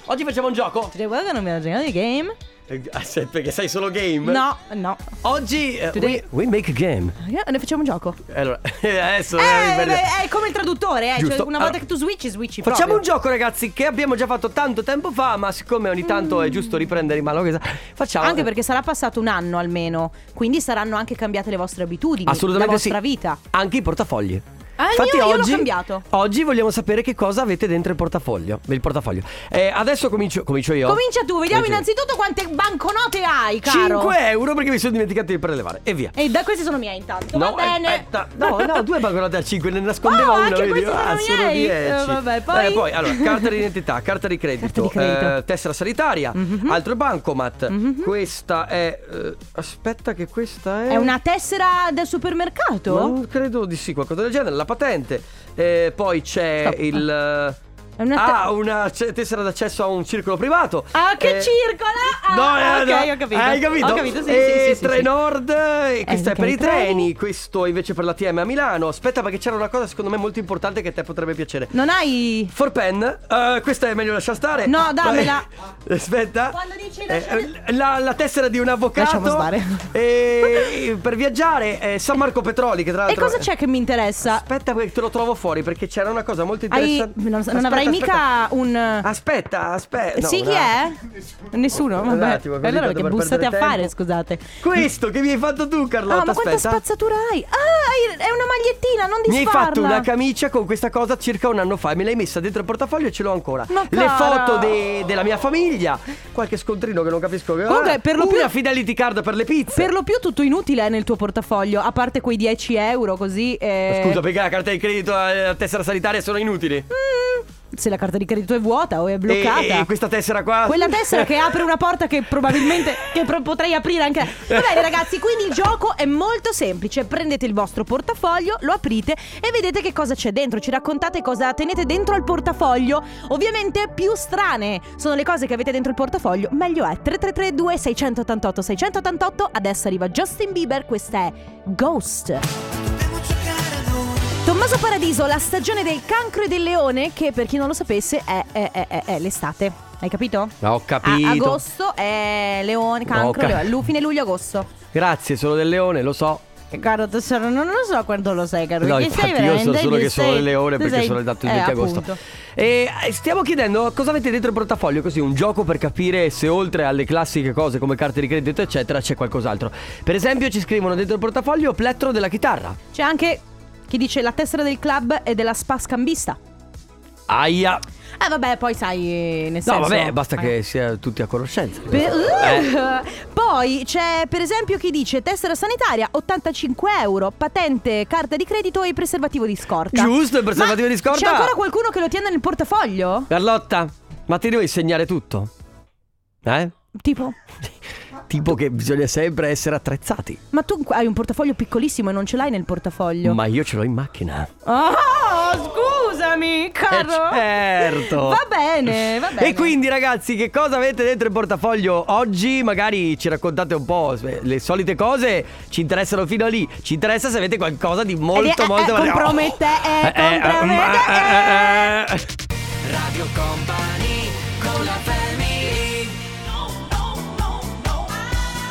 [SPEAKER 1] Oggi facciamo un gioco.
[SPEAKER 2] Today we're gonna be a general game.
[SPEAKER 1] Eh, ah, se- Perché sai solo game?
[SPEAKER 2] No, no.
[SPEAKER 1] Oggi eh,
[SPEAKER 2] Today-
[SPEAKER 1] we, we make a game.
[SPEAKER 2] Eh, Ne facciamo un gioco.
[SPEAKER 1] Allora, adesso
[SPEAKER 2] Eh,
[SPEAKER 1] eh, per-
[SPEAKER 2] beh, è come il traduttore, eh. Cioè,
[SPEAKER 1] Giusto.
[SPEAKER 2] una volta
[SPEAKER 1] Allora,
[SPEAKER 2] che tu switchi, switchi.
[SPEAKER 1] Facciamo
[SPEAKER 2] proprio.
[SPEAKER 1] un gioco ragazzi che abbiamo già fatto tanto tempo fa ma siccome ogni tanto è giusto riprendere in mano questa facciamo
[SPEAKER 2] Mm. Anche perché sarà passato un anno almeno, quindi saranno anche cambiate le vostre abitudini,
[SPEAKER 1] Assolutamente
[SPEAKER 2] la vostra
[SPEAKER 1] sì.
[SPEAKER 2] vita.
[SPEAKER 1] Anche i portafogli.
[SPEAKER 2] Ah, il mio io l'ho cambiato.
[SPEAKER 1] Oggi vogliamo sapere che cosa avete dentro il portafoglio. Il portafoglio. Eh, adesso comincio, comincio io.
[SPEAKER 2] Comincia tu, vediamo
[SPEAKER 1] Comincio io.
[SPEAKER 2] innanzitutto quante banconote hai, caro.
[SPEAKER 1] 5 euro perché mi sono dimenticato di prelevare. E via.
[SPEAKER 2] E da questi sono miei intanto.
[SPEAKER 1] No,
[SPEAKER 2] Va bene.
[SPEAKER 1] aspetta. no, no, due banconote a 5, ne nascondeva
[SPEAKER 2] Oh,
[SPEAKER 1] una,
[SPEAKER 2] anche
[SPEAKER 1] vedi?
[SPEAKER 2] questi sono
[SPEAKER 1] sono
[SPEAKER 2] miei.
[SPEAKER 1] 10.
[SPEAKER 2] Eh, vabbè, poi?
[SPEAKER 1] Eh, allora, carta d'identità, carta di credito,
[SPEAKER 2] Carta di credito.
[SPEAKER 1] eh, tessera sanitaria,
[SPEAKER 2] Mhm.
[SPEAKER 1] altro bancomat.
[SPEAKER 2] Mhm.
[SPEAKER 1] Questa è eh, aspetta che questa è
[SPEAKER 2] È una tessera del supermercato?
[SPEAKER 1] Non credo di sì, qualcosa del genere, la patente. Eh, poi c'è
[SPEAKER 2] Stop.
[SPEAKER 1] il eh,
[SPEAKER 2] È una te-
[SPEAKER 1] Ah, una c- tessera d'accesso a un circolo privato.
[SPEAKER 2] Ah, che
[SPEAKER 1] Eh,
[SPEAKER 2] circola! Ah,
[SPEAKER 1] No, eh,
[SPEAKER 2] ok,
[SPEAKER 1] no.
[SPEAKER 2] ho capito.
[SPEAKER 1] Hai capito?
[SPEAKER 2] Ho capito, sì,
[SPEAKER 1] e
[SPEAKER 2] sì, sì, sì, sì.
[SPEAKER 1] Trenord, eh, questo
[SPEAKER 2] Eh,
[SPEAKER 1] è per
[SPEAKER 2] ok,
[SPEAKER 1] i
[SPEAKER 2] treni.
[SPEAKER 1] treni, questo invece per la TM a Milano. Aspetta perché c'era una cosa secondo me molto importante che a te potrebbe piacere.
[SPEAKER 2] Non hai
[SPEAKER 1] For pen, eh, questa è meglio lasciar stare.
[SPEAKER 2] No, dammela.
[SPEAKER 1] Eh, Aspetta.
[SPEAKER 2] Quando dici lascia-
[SPEAKER 1] Eh, la, la tessera di un avvocato.
[SPEAKER 2] Lasciamo stare.
[SPEAKER 1] Eh, per viaggiare, eh, San Marco Petroli, che tra
[SPEAKER 2] E
[SPEAKER 1] l'altro.
[SPEAKER 2] cosa c'è che mi interessa?
[SPEAKER 1] Aspetta, perché te lo trovo fuori perché c'era una cosa molto
[SPEAKER 2] Hai-
[SPEAKER 1] interessante.
[SPEAKER 2] non, non
[SPEAKER 1] Aspetta,
[SPEAKER 2] avrai mica un
[SPEAKER 1] Aspetta, aspetta. no,
[SPEAKER 2] Sì,
[SPEAKER 1] un
[SPEAKER 2] chi
[SPEAKER 1] attimo.
[SPEAKER 2] è? Nessuno, vabbè.
[SPEAKER 1] Un attimo, così
[SPEAKER 2] E allora
[SPEAKER 1] tanto
[SPEAKER 2] che
[SPEAKER 1] per
[SPEAKER 2] bussate a
[SPEAKER 1] perdere
[SPEAKER 2] fare,
[SPEAKER 1] tempo.
[SPEAKER 2] scusate.
[SPEAKER 1] Questo che mi hai fatto tu, Carlotta.
[SPEAKER 2] ah, ma quanta
[SPEAKER 1] aspetta.
[SPEAKER 2] spazzatura hai? Ah, hai- è una magliettina, non
[SPEAKER 1] Mi hai
[SPEAKER 2] disfarla.
[SPEAKER 1] fatto una camicia con questa cosa circa un anno fa e me l'hai messa dentro il portafoglio e ce l'ho ancora.
[SPEAKER 2] Ma
[SPEAKER 1] Le
[SPEAKER 2] cara.
[SPEAKER 1] foto de- della mia famiglia, qualche scontrino che non capisco che
[SPEAKER 2] Comunque,
[SPEAKER 1] Ah,
[SPEAKER 2] per lo
[SPEAKER 1] una
[SPEAKER 2] più-
[SPEAKER 1] fidelity card per le pizze.
[SPEAKER 2] Per lo più tutto inutile è nel tuo portafoglio, a parte quei 10 euro così. eh,
[SPEAKER 1] Scusa, perché la carta di credito e la tessera sanitaria sono inutili.
[SPEAKER 2] Eh, Se la carta di credito è vuota o è
[SPEAKER 1] E-
[SPEAKER 2] bloccata.
[SPEAKER 1] E, e questa tessera qua.
[SPEAKER 2] Quella tessera che apre una porta che probabilmente che pro- potrei aprire anche. Va bene, ragazzi, quindi il gioco è molto semplice. Prendete il vostro portafoglio, lo aprite e vedete che cosa c'è dentro. Ci raccontate cosa tenete dentro al portafoglio. Ovviamente più strane sono le cose che avete dentro il portafoglio, meglio è. 3332 688 688. Adesso arriva Justin Bieber, questa è Ghost. Tommaso Paradiso, la stagione del cancro e del leone, che per chi non lo sapesse è, è- è- è- è l'estate. Hai capito?
[SPEAKER 1] No, ho capito.
[SPEAKER 2] A- agosto è leone,
[SPEAKER 1] No,
[SPEAKER 2] cancro,
[SPEAKER 1] ca-
[SPEAKER 2] leone. Lu- fine luglio, agosso.
[SPEAKER 1] Grazie, sono del leone, lo so.
[SPEAKER 2] Caro tesoro, non lo so quando lo sai, caro.
[SPEAKER 1] No, infatti io so solo che sono il leone perché sono andato
[SPEAKER 2] Eh,
[SPEAKER 1] il 20 agosto. E eh, stiamo chiedendo cosa avete dentro il portafoglio, così un gioco per capire se oltre alle classiche cose come carte di credito eccetera c'è qualcos'altro. Per esempio ci scrivono dentro il portafoglio plettro della chitarra.
[SPEAKER 2] C'è anche chi dice la tessera del club e della spa scambista.
[SPEAKER 1] Aia.
[SPEAKER 2] Eh vabbè, poi sai, eh, nel
[SPEAKER 1] No,
[SPEAKER 2] senso... Uh!
[SPEAKER 1] vabbè, basta
[SPEAKER 2] Ah,
[SPEAKER 1] che sia tutti a conoscenza.
[SPEAKER 2] Per-
[SPEAKER 1] Eh,
[SPEAKER 2] Poi c'è per esempio chi dice tessera sanitaria 85 euro, patente, carta di credito e preservativo di scorta.
[SPEAKER 1] Giusto, il preservativo
[SPEAKER 2] Ma
[SPEAKER 1] di scorta.
[SPEAKER 2] C'è ancora qualcuno che lo tiene nel portafoglio?
[SPEAKER 1] Carlotta, ma ti devo insegnare tutto? Eh?
[SPEAKER 2] Tipo,
[SPEAKER 1] Tipo che bisogna sempre essere attrezzati.
[SPEAKER 2] ma tu hai un portafoglio piccolissimo e non ce l'hai nel portafoglio.
[SPEAKER 1] Ma io ce l'ho in macchina.
[SPEAKER 2] Oh, scusami, caro.
[SPEAKER 1] Eh, certo.
[SPEAKER 2] Va bene, va bene.
[SPEAKER 1] E quindi ragazzi, che cosa avete dentro il portafoglio oggi? Magari ci raccontate un po' eh, le solite cose, ci interessano fino a lì. Ci interessa se avete qualcosa di molto
[SPEAKER 2] Ed è-
[SPEAKER 1] molto
[SPEAKER 2] eh, compromette- eh,
[SPEAKER 1] Eh, eh,
[SPEAKER 2] compromette-
[SPEAKER 1] eh, eh, eh.
[SPEAKER 3] Radio Company con la family.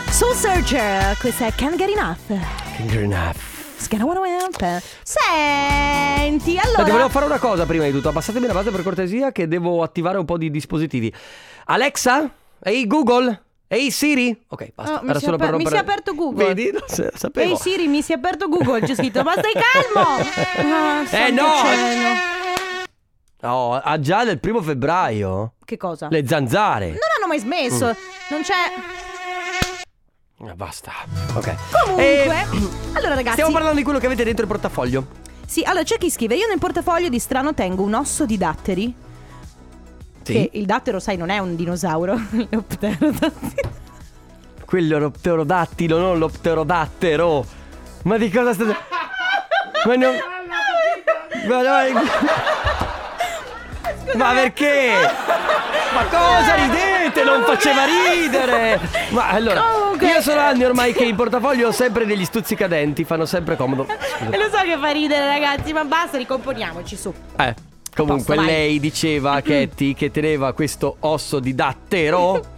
[SPEAKER 2] Soul Searcher, questa è Can't Get Enough.
[SPEAKER 1] Can't get enough.
[SPEAKER 2] It's gonna wanna help. Senti, allora...
[SPEAKER 1] Senti, volevo fare una cosa prima di tutto. Abbassatemi la base per cortesia che devo attivare un po' di dispositivi. Alexa? Ehi Google? Ehi Siri? Ok, basta.
[SPEAKER 2] Oh, mi
[SPEAKER 1] Era
[SPEAKER 2] si è
[SPEAKER 1] solo per
[SPEAKER 2] aper- mi
[SPEAKER 1] rompere-
[SPEAKER 2] si è aperto Google.
[SPEAKER 1] Vedi? Lo sa- sapevo.
[SPEAKER 2] Ehi Siri, mi si è aperto Google, c'è scritto, ma stai calmo! Ah,
[SPEAKER 1] eh
[SPEAKER 2] santo
[SPEAKER 1] no!
[SPEAKER 2] cielo.
[SPEAKER 1] Oh, ah già del primo febbraio?
[SPEAKER 2] Che cosa?
[SPEAKER 1] Le Mm. zanzare.
[SPEAKER 2] Non hanno mai smesso. Non c'è.
[SPEAKER 1] Eh, Basta. Ok.
[SPEAKER 2] Comunque.
[SPEAKER 1] Eh,
[SPEAKER 2] allora, ragazzi.
[SPEAKER 1] Stiamo parlando di quello che avete dentro il portafoglio.
[SPEAKER 2] Sì, allora c'è chi scrive: Io nel portafoglio di strano tengo un osso di datteri.
[SPEAKER 1] Sì.
[SPEAKER 2] Che il dattero, sai, non è un dinosauro. Lo pterodattilo.
[SPEAKER 1] Quello è lo pterodattilo, non lo pterodattero. Ma di cosa state. Ma non. Ma, no- Ma perché? Ma cosa ridete? Non faceva ridere! Ma allora,
[SPEAKER 2] Comunque-
[SPEAKER 1] io sono anni ormai che in portafoglio ho sempre degli stuzzicadenti, fanno sempre comodo.
[SPEAKER 2] E lo so che fa ridere, ragazzi, ma basta, ricomponiamoci su.
[SPEAKER 1] Eh, comunque
[SPEAKER 2] Posso, vai.
[SPEAKER 1] lei diceva a Ketty che teneva questo osso di dattero.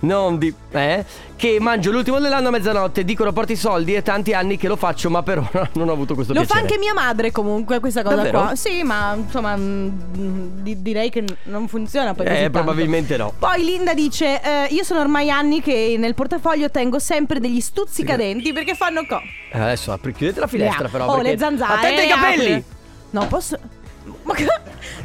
[SPEAKER 1] Non di. Eh? Che mangio l'ultimo dell'anno a mezzanotte. Dicono porti i soldi e tanti anni che lo faccio, ma per ora non ho avuto questo
[SPEAKER 2] Lo fa
[SPEAKER 1] piacere.
[SPEAKER 2] anche mia madre comunque questa cosa
[SPEAKER 1] Davvero?
[SPEAKER 2] qua. Sì, ma insomma mh, di- direi che n- non funziona poi
[SPEAKER 1] Eh,
[SPEAKER 2] così tanto.
[SPEAKER 1] probabilmente no.
[SPEAKER 2] Poi Linda dice eh, io sono ormai anni che nel portafoglio tengo sempre degli stuzzicadenti perché fanno co.
[SPEAKER 1] Eh, Adesso apri, chiudete la finestra,
[SPEAKER 2] Yeah.
[SPEAKER 1] però.
[SPEAKER 2] Oh,
[SPEAKER 1] perché-
[SPEAKER 2] le zanzare.
[SPEAKER 1] Attenti ai
[SPEAKER 2] eh,
[SPEAKER 1] capelli!
[SPEAKER 2] apri. No, posso Ma che-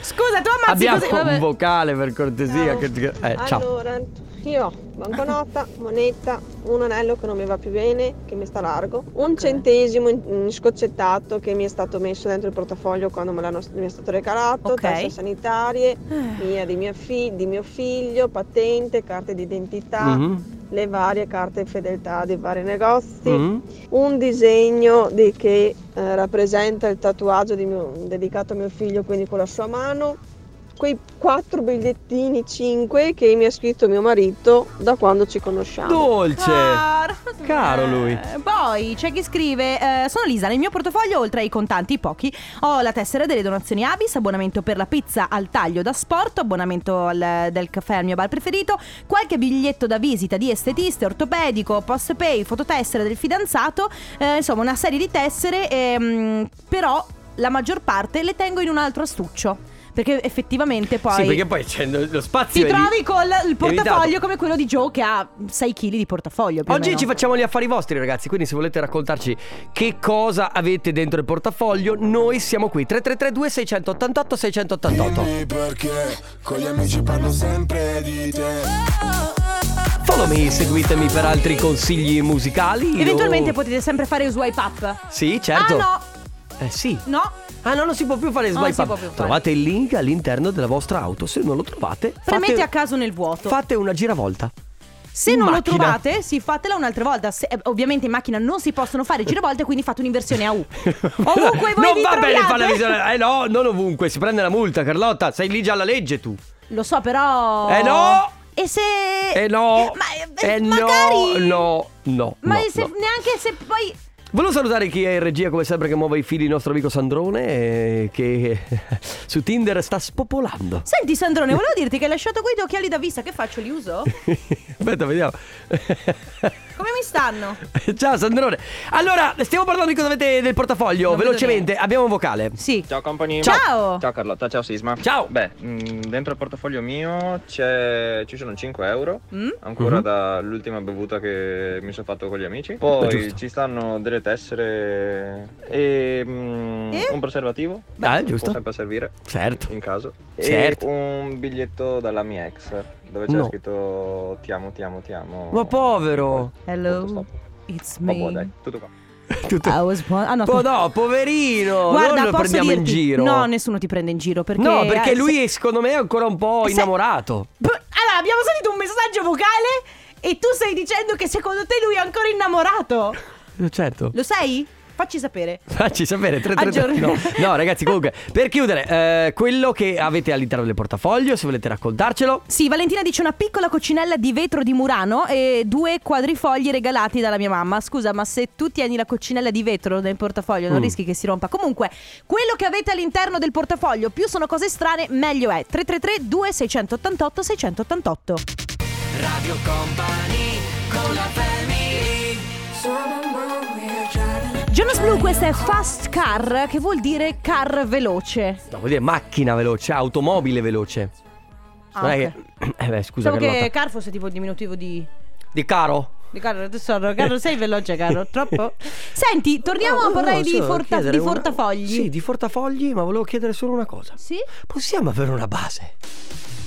[SPEAKER 2] Scusa, tu ammazzi
[SPEAKER 1] Abbiamo
[SPEAKER 2] così.
[SPEAKER 1] un
[SPEAKER 2] vabbè.
[SPEAKER 1] vocale per cortesia. che- eh, ciao.
[SPEAKER 10] Allora, io banconota, moneta, un anello che non mi va più bene, che mi sta largo, un centesimo in- in scoccettato che mi è stato messo dentro il portafoglio quando me l'hanno, mi è stato regalato,
[SPEAKER 2] Ok.
[SPEAKER 10] tasse sanitarie,
[SPEAKER 2] Eh.
[SPEAKER 10] mia, di, mia fi- di mio figlio, patente, carte d'identità,
[SPEAKER 1] Mhm,
[SPEAKER 10] le varie carte fedeltà dei vari negozi,
[SPEAKER 1] mhm.
[SPEAKER 10] un disegno di- che eh, rappresenta il tatuaggio di mio- dedicato a mio figlio, quindi con la sua mano, quei quattro bigliettini, cinque che mi ha scritto mio marito da quando ci conosciamo.
[SPEAKER 1] Dolce.
[SPEAKER 2] Caro,
[SPEAKER 1] Caro
[SPEAKER 2] Eh,
[SPEAKER 1] lui.
[SPEAKER 2] Poi c'è chi scrive: eh, Sono Lisa, nel mio portafoglio, oltre ai contanti pochi, ho la tessera delle donazioni Abis, abbonamento per la pizza al taglio da sport, abbonamento al- del caffè al mio bar preferito, qualche biglietto da visita di estetista, ortopedico, post pay, fototessera del fidanzato, eh, insomma, una serie di tessere. ehm, però la maggior parte le tengo in un altro astuccio. Perché effettivamente poi.
[SPEAKER 1] Sì, perché poi c'è lo spazio.
[SPEAKER 2] Ti
[SPEAKER 1] è lì-
[SPEAKER 2] trovi col il portafoglio
[SPEAKER 1] evitato.
[SPEAKER 2] come quello di Joe che ha 6 kg di portafoglio. più o
[SPEAKER 1] Oggi
[SPEAKER 2] meno.
[SPEAKER 1] ci facciamo gli affari vostri, ragazzi. Quindi, se volete raccontarci che cosa avete dentro il portafoglio, noi siamo qui. 3332 688 688
[SPEAKER 3] perché con gli amici parlo sempre di te.
[SPEAKER 1] Follow me, seguitemi per altri consigli musicali.
[SPEAKER 2] Eventualmente
[SPEAKER 1] o-
[SPEAKER 2] potete sempre fare swipe up.
[SPEAKER 1] Sì, certo.
[SPEAKER 2] Ah
[SPEAKER 1] Eh sì.
[SPEAKER 2] no, no.
[SPEAKER 1] Ah no, non si può più fare
[SPEAKER 2] Non si
[SPEAKER 1] swipe
[SPEAKER 2] può
[SPEAKER 1] up.
[SPEAKER 2] più fare.
[SPEAKER 1] Trovate il link all'interno della vostra auto. Se non lo trovate,
[SPEAKER 2] Premete
[SPEAKER 1] fate-
[SPEAKER 2] a caso nel vuoto.
[SPEAKER 1] Fate una giravolta.
[SPEAKER 2] Se
[SPEAKER 1] in
[SPEAKER 2] non
[SPEAKER 1] macchina.
[SPEAKER 2] lo trovate, sì, fatela un'altra volta. Se- eh, ovviamente in macchina non si possono fare giravolte, quindi fate un'inversione a U. Ovunque voi
[SPEAKER 1] Non
[SPEAKER 2] vi
[SPEAKER 1] va bene
[SPEAKER 2] troviate.
[SPEAKER 1] fare la visione. Eh no, non ovunque. Si prende la multa, Carlotta. Sei lì già alla legge tu.
[SPEAKER 2] Lo so, però.
[SPEAKER 1] Eh no!
[SPEAKER 2] E se.
[SPEAKER 1] Eh no.
[SPEAKER 2] Ma eh,
[SPEAKER 1] Eh
[SPEAKER 2] magari.
[SPEAKER 1] no, no, no.
[SPEAKER 2] Ma
[SPEAKER 1] no,
[SPEAKER 2] se-
[SPEAKER 1] no.
[SPEAKER 2] neanche se poi.
[SPEAKER 1] Volevo salutare chi è in regia come sempre che muove i fili il nostro amico Sandrone eh, che su Tinder sta spopolando.
[SPEAKER 2] Senti, Sandrone, volevo dirti che hai lasciato qui i tuoi occhiali da vista. Che faccio? Li uso?
[SPEAKER 1] Aspetta, vediamo.
[SPEAKER 2] Come mi stanno?
[SPEAKER 1] Ciao Sandrone. Allora, stiamo parlando di cosa avete nel portafoglio.
[SPEAKER 2] Non vedo
[SPEAKER 1] Velocemente, abbiamo un vocale.
[SPEAKER 2] Sì.
[SPEAKER 11] Ciao company.
[SPEAKER 2] Ciao.
[SPEAKER 11] Ciao Carlotta, ciao Sisma.
[SPEAKER 1] Ciao.
[SPEAKER 11] Beh, mh, dentro il portafoglio mio c'è, ci sono 5 euro,
[SPEAKER 2] Mm?
[SPEAKER 11] ancora
[SPEAKER 1] Mhm.
[SPEAKER 11] dall'ultima bevuta che mi sono fatto con gli amici.
[SPEAKER 1] Ah,
[SPEAKER 11] Poi
[SPEAKER 1] giusto.
[SPEAKER 11] ci stanno delle tessere e, mh,
[SPEAKER 2] E?
[SPEAKER 11] un preservativo.
[SPEAKER 1] Ah,
[SPEAKER 11] che
[SPEAKER 1] giusto.
[SPEAKER 11] Può sempre servire.
[SPEAKER 1] Certo.
[SPEAKER 11] In caso.
[SPEAKER 1] Certo.
[SPEAKER 11] E un biglietto dalla mia ex, dove c'è
[SPEAKER 1] No.
[SPEAKER 11] scritto ti amo, ti amo, ti amo.
[SPEAKER 1] Ma povero.
[SPEAKER 2] Hello.
[SPEAKER 11] Stop.
[SPEAKER 2] It's
[SPEAKER 11] Ma
[SPEAKER 2] me.
[SPEAKER 11] boh, dai, tutto qua.
[SPEAKER 1] Tutto-
[SPEAKER 2] I was born- Ah, no,
[SPEAKER 1] Po- no, poverino.
[SPEAKER 2] Guarda,
[SPEAKER 1] non lo
[SPEAKER 2] posso
[SPEAKER 1] prendiamo in
[SPEAKER 2] dirti-
[SPEAKER 1] giro.
[SPEAKER 2] No, nessuno ti prende in giro perché
[SPEAKER 1] no, perché
[SPEAKER 2] eh,
[SPEAKER 1] lui
[SPEAKER 2] se-
[SPEAKER 1] è, secondo me è ancora un po'
[SPEAKER 2] Se-
[SPEAKER 1] innamorato.
[SPEAKER 2] B- Allora, abbiamo sentito un messaggio vocale e tu stai dicendo che secondo te lui è ancora innamorato.
[SPEAKER 1] Certo.
[SPEAKER 2] Lo sai? Facci sapere.
[SPEAKER 1] Facci sapere 333 no.
[SPEAKER 2] Aggiorn-
[SPEAKER 1] no ragazzi comunque Per chiudere eh, Quello che avete all'interno del portafoglio Se volete raccontarcelo
[SPEAKER 2] Sì, Valentina dice una piccola coccinella di vetro di Murano e due quadrifogli regalati dalla mia mamma. Scusa, ma se tu tieni la coccinella di vetro nel portafoglio non
[SPEAKER 1] Mm.
[SPEAKER 2] rischi che si rompa. Comunque, quello che avete all'interno del portafoglio, più sono cose strane, meglio è. 333 2688 688.
[SPEAKER 3] Radio Company con la family.
[SPEAKER 2] Jonas Blue, questa è Fast Car, che vuol dire car veloce.
[SPEAKER 1] No vuol dire macchina veloce Automobile veloce
[SPEAKER 2] Ah,
[SPEAKER 1] Non
[SPEAKER 2] ok. Diciamo
[SPEAKER 1] è che Eh beh scusa
[SPEAKER 2] Pensavo
[SPEAKER 1] Carlotta
[SPEAKER 2] che car fosse tipo il diminutivo di...
[SPEAKER 1] Di caro
[SPEAKER 12] Riccardo, tu sono, caro, sei veloce, caro. Troppo.
[SPEAKER 2] Senti, torniamo
[SPEAKER 1] No,
[SPEAKER 2] a
[SPEAKER 1] no,
[SPEAKER 2] parlare
[SPEAKER 1] no,
[SPEAKER 2] di,
[SPEAKER 1] solo
[SPEAKER 2] forta-
[SPEAKER 1] chiedere
[SPEAKER 2] di
[SPEAKER 1] una-
[SPEAKER 2] portafogli.
[SPEAKER 1] Sì, di portafogli, ma volevo chiedere solo una cosa.
[SPEAKER 2] Sì?
[SPEAKER 1] Possiamo avere una base?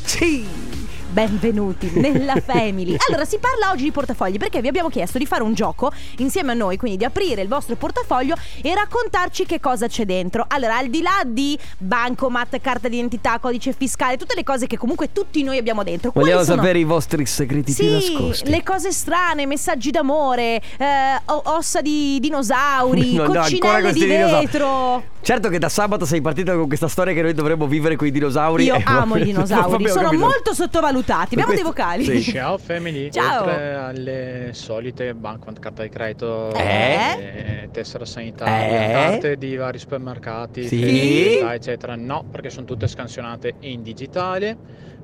[SPEAKER 1] Sì!
[SPEAKER 2] Benvenuti nella Family. Allora, si parla oggi di portafogli perché vi abbiamo chiesto di fare un gioco insieme a noi, quindi di aprire il vostro portafoglio e raccontarci che cosa c'è dentro. Allora, al di là di bancomat, carta d'identità, codice fiscale, tutte le cose che comunque tutti noi abbiamo dentro. quali
[SPEAKER 1] Vogliamo
[SPEAKER 2] sono-
[SPEAKER 1] sapere i vostri segreti più
[SPEAKER 2] Sì,
[SPEAKER 1] nascosti.
[SPEAKER 2] le cose strane, messaggi d'amore, eh, o- ossa di dinosauri,
[SPEAKER 1] No, no, ancora
[SPEAKER 2] coccinelle
[SPEAKER 1] questi
[SPEAKER 2] di
[SPEAKER 1] dinosauri.
[SPEAKER 2] vetro.
[SPEAKER 1] Certo che da sabato sei partita con questa storia che noi dovremmo vivere con i dinosauri.
[SPEAKER 2] Io
[SPEAKER 1] Eh,
[SPEAKER 2] amo
[SPEAKER 1] vabbè,
[SPEAKER 2] i dinosauri,
[SPEAKER 1] abbiamo
[SPEAKER 2] sono
[SPEAKER 1] capito.
[SPEAKER 2] molto sottovalutati. Abbiamo dei
[SPEAKER 1] Questo-
[SPEAKER 2] vocali.
[SPEAKER 1] sì.
[SPEAKER 13] Ciao family,
[SPEAKER 2] Ciao.
[SPEAKER 13] oltre alle solite bancomat, carta di credito,
[SPEAKER 1] Eh?
[SPEAKER 13] eh, tessera sanitaria,
[SPEAKER 1] Eh?
[SPEAKER 13] carte di vari supermercati,
[SPEAKER 1] Sì?
[SPEAKER 13] fedeltà, eccetera, no, perché sono tutte scansionate in digitale,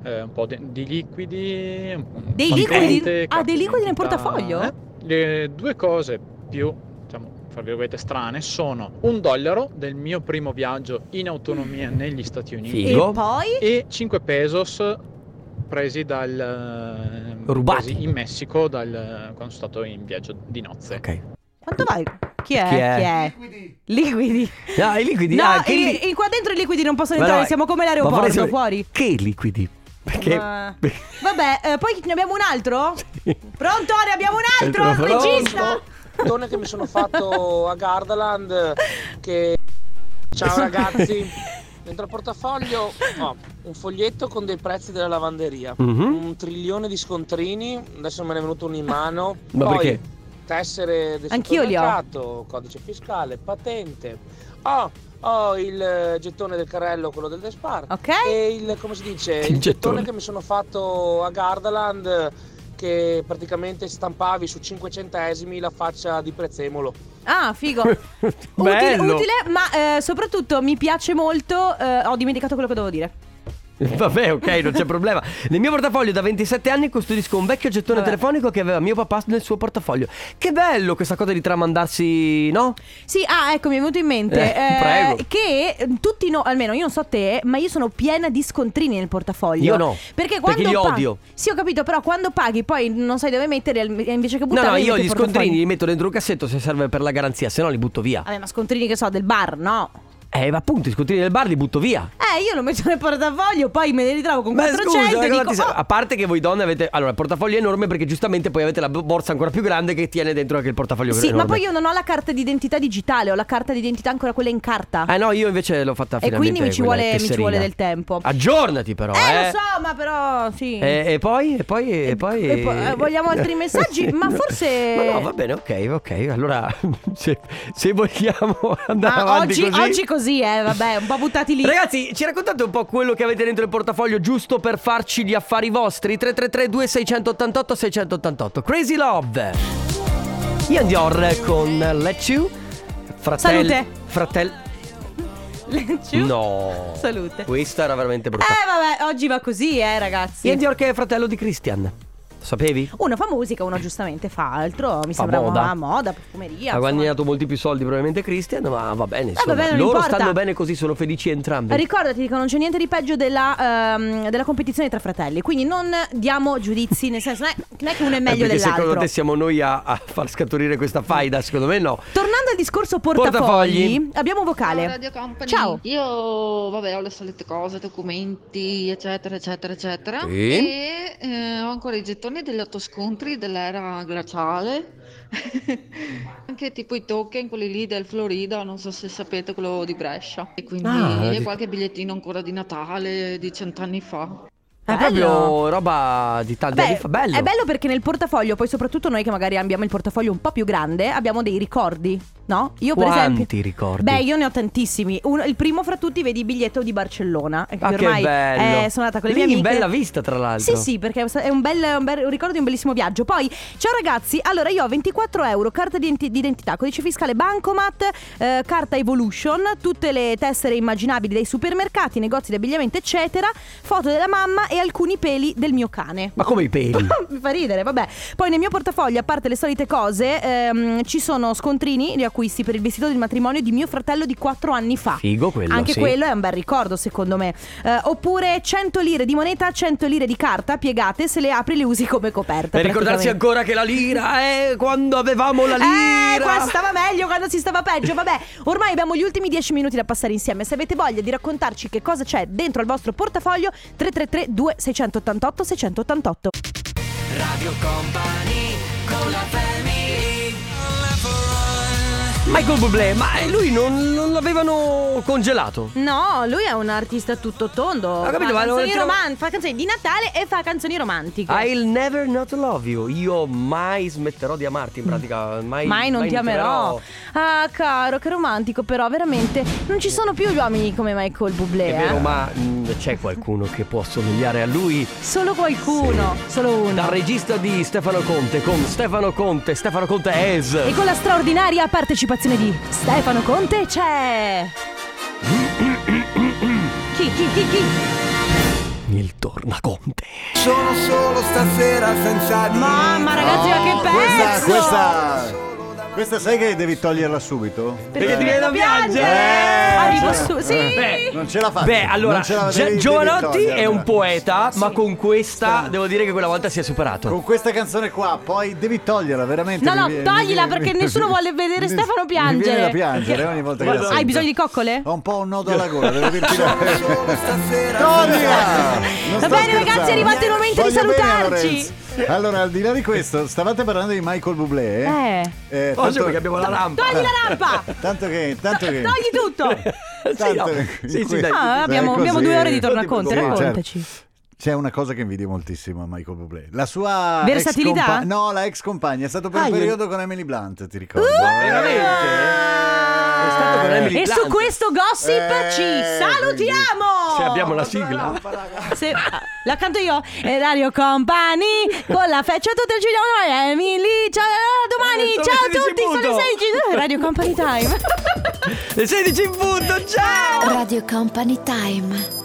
[SPEAKER 13] eh, un po' de- di liquidi, un-
[SPEAKER 2] Dei
[SPEAKER 13] un
[SPEAKER 2] liquidi?
[SPEAKER 13] ponte,
[SPEAKER 2] Ah,
[SPEAKER 13] carte
[SPEAKER 2] dei liquidi
[SPEAKER 13] d'identità,
[SPEAKER 2] nel portafoglio?
[SPEAKER 13] eh. Le due cose più, diciamo, fra virgolette strane sono un dollaro del mio primo viaggio in autonomia negli Stati Uniti
[SPEAKER 1] Figo. E
[SPEAKER 2] poi?
[SPEAKER 13] e 5 pesos presi dal eh,
[SPEAKER 1] Rubati.
[SPEAKER 13] presi in Messico dal eh, quando sono stato in viaggio di nozze.
[SPEAKER 1] Ok.
[SPEAKER 2] Quanto vai? Chi è?
[SPEAKER 13] Chi è?
[SPEAKER 2] Liquidi. Liquidi.
[SPEAKER 1] No, i liquidi.
[SPEAKER 2] no,
[SPEAKER 1] ah, che
[SPEAKER 2] i-
[SPEAKER 1] li-
[SPEAKER 2] i- qua dentro i liquidi non possono
[SPEAKER 1] Ma
[SPEAKER 2] entrare,
[SPEAKER 1] no,
[SPEAKER 2] siamo come
[SPEAKER 1] ma
[SPEAKER 2] l'aeroporto
[SPEAKER 1] vorrei sapere-
[SPEAKER 2] fuori.
[SPEAKER 1] Che liquidi? Perché
[SPEAKER 2] Ma- Vabbè, eh, poi ne abbiamo un altro? Pronto? Ne abbiamo un altro?
[SPEAKER 1] Pronto?
[SPEAKER 2] Regista?
[SPEAKER 14] Torne che mi sono fatto a Gardaland che ciao ragazzi dentro al portafoglio ho un foglietto con dei prezzi della lavanderia
[SPEAKER 1] Mhm.
[SPEAKER 14] un trilione di scontrini adesso me ne è venuto uno in mano
[SPEAKER 1] Ma
[SPEAKER 14] poi
[SPEAKER 1] perché?
[SPEAKER 14] tessere del
[SPEAKER 2] Anch'io li ho.
[SPEAKER 14] supermercato codice fiscale patente ho ho il eh, gettone del carrello quello del Despar
[SPEAKER 2] Ok.
[SPEAKER 14] e il come si dice
[SPEAKER 1] Il
[SPEAKER 14] eh, il gettone
[SPEAKER 1] gettone.
[SPEAKER 14] che mi sono fatto a Gardaland che praticamente stampavi su 5 centesimi la faccia di prezzemolo.
[SPEAKER 2] Ah, figo. Utile,
[SPEAKER 1] Bello.
[SPEAKER 2] utile, ma eh, soprattutto mi piace molto. eh, ho dimenticato quello che dovevo dire.
[SPEAKER 1] Vabbè, ok, non c'è problema. Nel mio portafoglio da 27 anni custodisco un vecchio gettone
[SPEAKER 2] Vabbè.
[SPEAKER 1] telefonico che aveva mio papà nel suo portafoglio. Che bello questa cosa di tramandarsi, no?
[SPEAKER 2] Sì, ah, ecco, mi è venuto in mente
[SPEAKER 1] Eh, prego.
[SPEAKER 2] che eh, tutti no, almeno io non so te, ma io sono piena di scontrini nel portafoglio.
[SPEAKER 1] Io no,
[SPEAKER 2] Perché
[SPEAKER 1] perché
[SPEAKER 2] quando
[SPEAKER 1] li
[SPEAKER 2] pa-
[SPEAKER 1] odio.
[SPEAKER 2] Sì, ho capito, però quando paghi poi non sai dove metterli al- e invece che
[SPEAKER 1] No,
[SPEAKER 2] buttarli
[SPEAKER 1] no,
[SPEAKER 2] li
[SPEAKER 1] io
[SPEAKER 2] metti
[SPEAKER 1] gli
[SPEAKER 2] in portafoglio.
[SPEAKER 1] scontrini li metto dentro un cassetto se serve per la garanzia, se no li butto via.
[SPEAKER 2] Vabbè, ma scontrini che so del bar, no?
[SPEAKER 1] Eh, ma appunto, gli scontrini del bar li butto via.
[SPEAKER 2] Eh, io lo metto nel portafoglio, poi me ne ritrovo con
[SPEAKER 1] Ma
[SPEAKER 2] 400
[SPEAKER 1] scusa, ma
[SPEAKER 2] e
[SPEAKER 1] cosa
[SPEAKER 2] dico,
[SPEAKER 1] ti serve?
[SPEAKER 2] "Oh,
[SPEAKER 1] a parte che voi donne avete. Allora, il portafoglio è enorme perché giustamente poi avete la b- borsa ancora più grande che tiene dentro anche il portafoglio
[SPEAKER 2] Sì,
[SPEAKER 1] enorme.
[SPEAKER 2] ma poi io non ho la carta d'identità digitale, ho la carta d'identità ancora quella in carta.
[SPEAKER 1] Eh no, io invece l'ho fatta
[SPEAKER 2] e
[SPEAKER 1] finalmente
[SPEAKER 2] quindi mi ci,
[SPEAKER 1] quella
[SPEAKER 2] vuole, mi ci
[SPEAKER 1] tesserina.
[SPEAKER 2] vuole del tempo.
[SPEAKER 1] Aggiornati però, eh.
[SPEAKER 2] eh, lo so, ma però sì.
[SPEAKER 1] E, e poi? E poi? E poi?
[SPEAKER 2] e poi- eh, vogliamo altri messaggi? Ma forse-
[SPEAKER 1] Ma no, va bene, ok, ok. Allora, se, se vogliamo andare
[SPEAKER 2] Ah,
[SPEAKER 1] avanti
[SPEAKER 2] oggi,
[SPEAKER 1] così...
[SPEAKER 2] oggi così, eh, vabbè, un po' buttati lì.
[SPEAKER 1] Ragazzi, ci raccontate un po' quello che avete dentro il portafoglio giusto per farci gli affari vostri? 333-2688-688. Crazy Love. Ian Dior con Let You. Fratelli.
[SPEAKER 2] Salute.
[SPEAKER 1] Fratelli.
[SPEAKER 2] Ciu.
[SPEAKER 1] No.
[SPEAKER 2] Salute.
[SPEAKER 1] Questa era veramente brutta.
[SPEAKER 2] Eh, vabbè, oggi va così, eh, ragazzi.
[SPEAKER 1] Ian Dior che è fratello di Christian. Lo sapevi?
[SPEAKER 2] Uno fa musica, uno giustamente fa altro. Mi
[SPEAKER 1] Fa
[SPEAKER 2] sembra
[SPEAKER 1] moda.
[SPEAKER 2] una moda, profumeria.
[SPEAKER 1] Ha
[SPEAKER 2] insomma. Eh,
[SPEAKER 1] guadagnato molti più soldi probabilmente Christian, ma va bene. Insomma,
[SPEAKER 2] vabbè, non
[SPEAKER 1] loro
[SPEAKER 2] importa.
[SPEAKER 1] stanno bene così, sono felici entrambi.
[SPEAKER 2] Ricordati, dico, non c'è niente di peggio della, ehm, della competizione tra fratelli. Quindi non diamo giudizi, nel senso, non è, non è che uno è meglio
[SPEAKER 1] Eh, perché
[SPEAKER 2] dell'altro.
[SPEAKER 1] secondo te siamo noi a, a far scaturire questa faida? Secondo me no.
[SPEAKER 2] Tornando al discorso portafogli,
[SPEAKER 1] Portafogli.
[SPEAKER 2] abbiamo un vocale.
[SPEAKER 15] Ciao, Radio Company.
[SPEAKER 2] Ciao.
[SPEAKER 15] Io, vabbè, ho le solite cose, documenti, eccetera, eccetera, eccetera.
[SPEAKER 1] Sì.
[SPEAKER 15] E eh, ho ancora i gettoni degli otto scontri dell'era glaciale. Anche tipo i token, quelli lì del Florida, non so se sapete quello di Brescia. E quindi
[SPEAKER 1] Ah,
[SPEAKER 15] e
[SPEAKER 1] dico-
[SPEAKER 15] qualche bigliettino ancora di Natale di cent'anni fa.
[SPEAKER 1] È proprio roba di tanti anni
[SPEAKER 2] Beh,
[SPEAKER 1] fa. Bello.
[SPEAKER 2] È bello perché nel portafoglio, poi soprattutto noi che magari abbiamo il portafoglio un po' più grande, abbiamo dei ricordi, no? Io per
[SPEAKER 1] Quanti
[SPEAKER 2] esempio...
[SPEAKER 1] ricordi?
[SPEAKER 2] Beh, io ne ho tantissimi. Uno- il primo fra tutti, vedi il biglietto di Barcellona.
[SPEAKER 1] Ah, che
[SPEAKER 2] ormai
[SPEAKER 1] bello.
[SPEAKER 2] eh, sono andata con le
[SPEAKER 1] Lì
[SPEAKER 2] mie
[SPEAKER 1] in
[SPEAKER 2] amiche.
[SPEAKER 1] bella vista, tra l'altro.
[SPEAKER 2] Sì, sì, perché è un bel, un bel- un ricordo di un bellissimo viaggio. Poi, ciao ragazzi, allora io ho 24 euro, carta di identi- di identità, codice fiscale, bancomat, eh, carta Evolution, tutte le tessere immaginabili dei supermercati, negozi di abbigliamento, eccetera, foto della mamma e e alcuni peli del mio cane.
[SPEAKER 1] Ma come i peli?
[SPEAKER 2] Mi fa ridere, vabbè. Poi nel mio portafoglio, a parte le solite cose, ehm, ci sono scontrini, di acquisti per il vestito del matrimonio di mio fratello di 4 anni fa.
[SPEAKER 1] Figo quello,
[SPEAKER 2] Anche
[SPEAKER 1] sì.
[SPEAKER 2] quello è un bel ricordo, secondo me. Eh, oppure 100 lire di moneta, 100 lire di carta piegate, se le apri le usi come coperta.
[SPEAKER 1] Per ricordarsi
[SPEAKER 2] praticamente.
[SPEAKER 1] ancora che la lira è quando avevamo la
[SPEAKER 2] Eh,
[SPEAKER 1] lira.
[SPEAKER 2] qua stava meglio quando si stava peggio. Vabbè, ormai abbiamo gli ultimi 10 minuti da passare insieme. Se avete voglia di raccontarci che cosa c'è dentro al vostro portafoglio, 333 2688 688.
[SPEAKER 3] Radio Company con la family
[SPEAKER 1] Michael Bublé, ma eh, lui non, non l'avevano congelato.
[SPEAKER 2] No, lui è un artista tutto tondo.
[SPEAKER 1] Ho capito,
[SPEAKER 2] fa,
[SPEAKER 1] ma non
[SPEAKER 2] canzoni
[SPEAKER 1] trovo-
[SPEAKER 2] roman- fa canzoni di Natale e fa canzoni romantiche.
[SPEAKER 1] I'll never not love you. Io mai smetterò di amarti, in pratica. Mai,
[SPEAKER 2] Mai non ti amerò. Ah, caro, che romantico, però veramente non ci sono più gli uomini come Michael Bublé.
[SPEAKER 1] È vero,
[SPEAKER 2] eh.
[SPEAKER 1] ma mh, c'è qualcuno che può somigliare a lui?
[SPEAKER 2] Solo qualcuno, solo uno.
[SPEAKER 1] Dal regista di Stefano Conte, con Stefano Conte, Stefano Conte es.
[SPEAKER 2] E con la straordinaria partecipazione di Stefano Conte c'è. chi, chi, chi, chi?
[SPEAKER 1] Il tornaconte.
[SPEAKER 3] Sono solo stasera senza di
[SPEAKER 2] Mamma ragazzi, Ah, ma che
[SPEAKER 16] Questa,
[SPEAKER 2] pezzo!
[SPEAKER 16] questa, questa sai che devi toglierla subito?
[SPEAKER 1] Perché ti viene da piangere?
[SPEAKER 2] Arrivo
[SPEAKER 16] cioè,
[SPEAKER 2] su, sì!
[SPEAKER 16] eh, non ce la faccio.
[SPEAKER 1] Beh, allora,
[SPEAKER 16] Non ce la-
[SPEAKER 1] Gia-
[SPEAKER 16] devi- devi
[SPEAKER 1] Giovanotti è
[SPEAKER 16] toglierla.
[SPEAKER 1] un poeta, ma con questa devo dire che quella volta si è superato.
[SPEAKER 16] Con questa canzone qua, poi devi toglierla, veramente.
[SPEAKER 2] No, no,
[SPEAKER 16] mi viene- mi
[SPEAKER 2] toglila
[SPEAKER 16] viene-
[SPEAKER 2] perché
[SPEAKER 16] mi-
[SPEAKER 2] nessuno vuole vedere
[SPEAKER 16] mi-
[SPEAKER 2] Stefano
[SPEAKER 16] Mi
[SPEAKER 2] piangere.
[SPEAKER 16] viene da piangere ogni volta che la
[SPEAKER 2] Hai
[SPEAKER 16] sento.
[SPEAKER 2] bisogno di coccole?
[SPEAKER 16] Ho un po' un nodo alla gola, devo dirti la
[SPEAKER 3] stasera.
[SPEAKER 16] Toglila! Non
[SPEAKER 2] Va
[SPEAKER 16] sto
[SPEAKER 2] bene, ragazzi, è
[SPEAKER 16] scherzando.
[SPEAKER 2] arrivato il momento di
[SPEAKER 16] Voglio bene a
[SPEAKER 2] salutarci.
[SPEAKER 16] Lorenzo. Allora, al di là di questo, stavate parlando di Michael Bublé.
[SPEAKER 2] Eh.
[SPEAKER 16] Eh, ah.
[SPEAKER 1] Oggi perché abbiamo la rampa.
[SPEAKER 2] Togli la rampa!
[SPEAKER 16] Tanto che... Tanto che
[SPEAKER 2] Togli tutto!
[SPEAKER 16] tanto
[SPEAKER 1] no.
[SPEAKER 16] che-
[SPEAKER 1] Sì, sì,
[SPEAKER 16] Eh,
[SPEAKER 1] dai.
[SPEAKER 2] Ah, abbiamo-
[SPEAKER 16] così.
[SPEAKER 2] abbiamo due ore di tornaconte,
[SPEAKER 16] Sì, certo.
[SPEAKER 2] raccontaci.
[SPEAKER 16] C'è una cosa che invidio moltissimo a Michael Bublé. La sua
[SPEAKER 2] Versatilità?
[SPEAKER 16] ex compa- No, la ex compagna è stato per
[SPEAKER 2] Ah,
[SPEAKER 16] un
[SPEAKER 2] io- Uh!
[SPEAKER 16] periodo con Emily Blunt, ti ricordo. Eh,
[SPEAKER 1] Veramente? È stato con Emily
[SPEAKER 2] E su
[SPEAKER 1] Blunt.
[SPEAKER 2] questo gossip
[SPEAKER 16] Eh,
[SPEAKER 2] ci salutiamo!
[SPEAKER 1] Se abbiamo la sigla.
[SPEAKER 2] Se- ah, la canto io, e Radio Company con la fe. Ciao a tutti, ci vediamo Emily. Ciao, a domani.
[SPEAKER 3] Eh, sono
[SPEAKER 2] Ciao a
[SPEAKER 3] le 16
[SPEAKER 2] tutti,
[SPEAKER 3] in
[SPEAKER 2] sono
[SPEAKER 3] punto.
[SPEAKER 2] le 16. eh, Radio Company Time.
[SPEAKER 1] Le 16 in punto, ciao!
[SPEAKER 9] Radio Company Time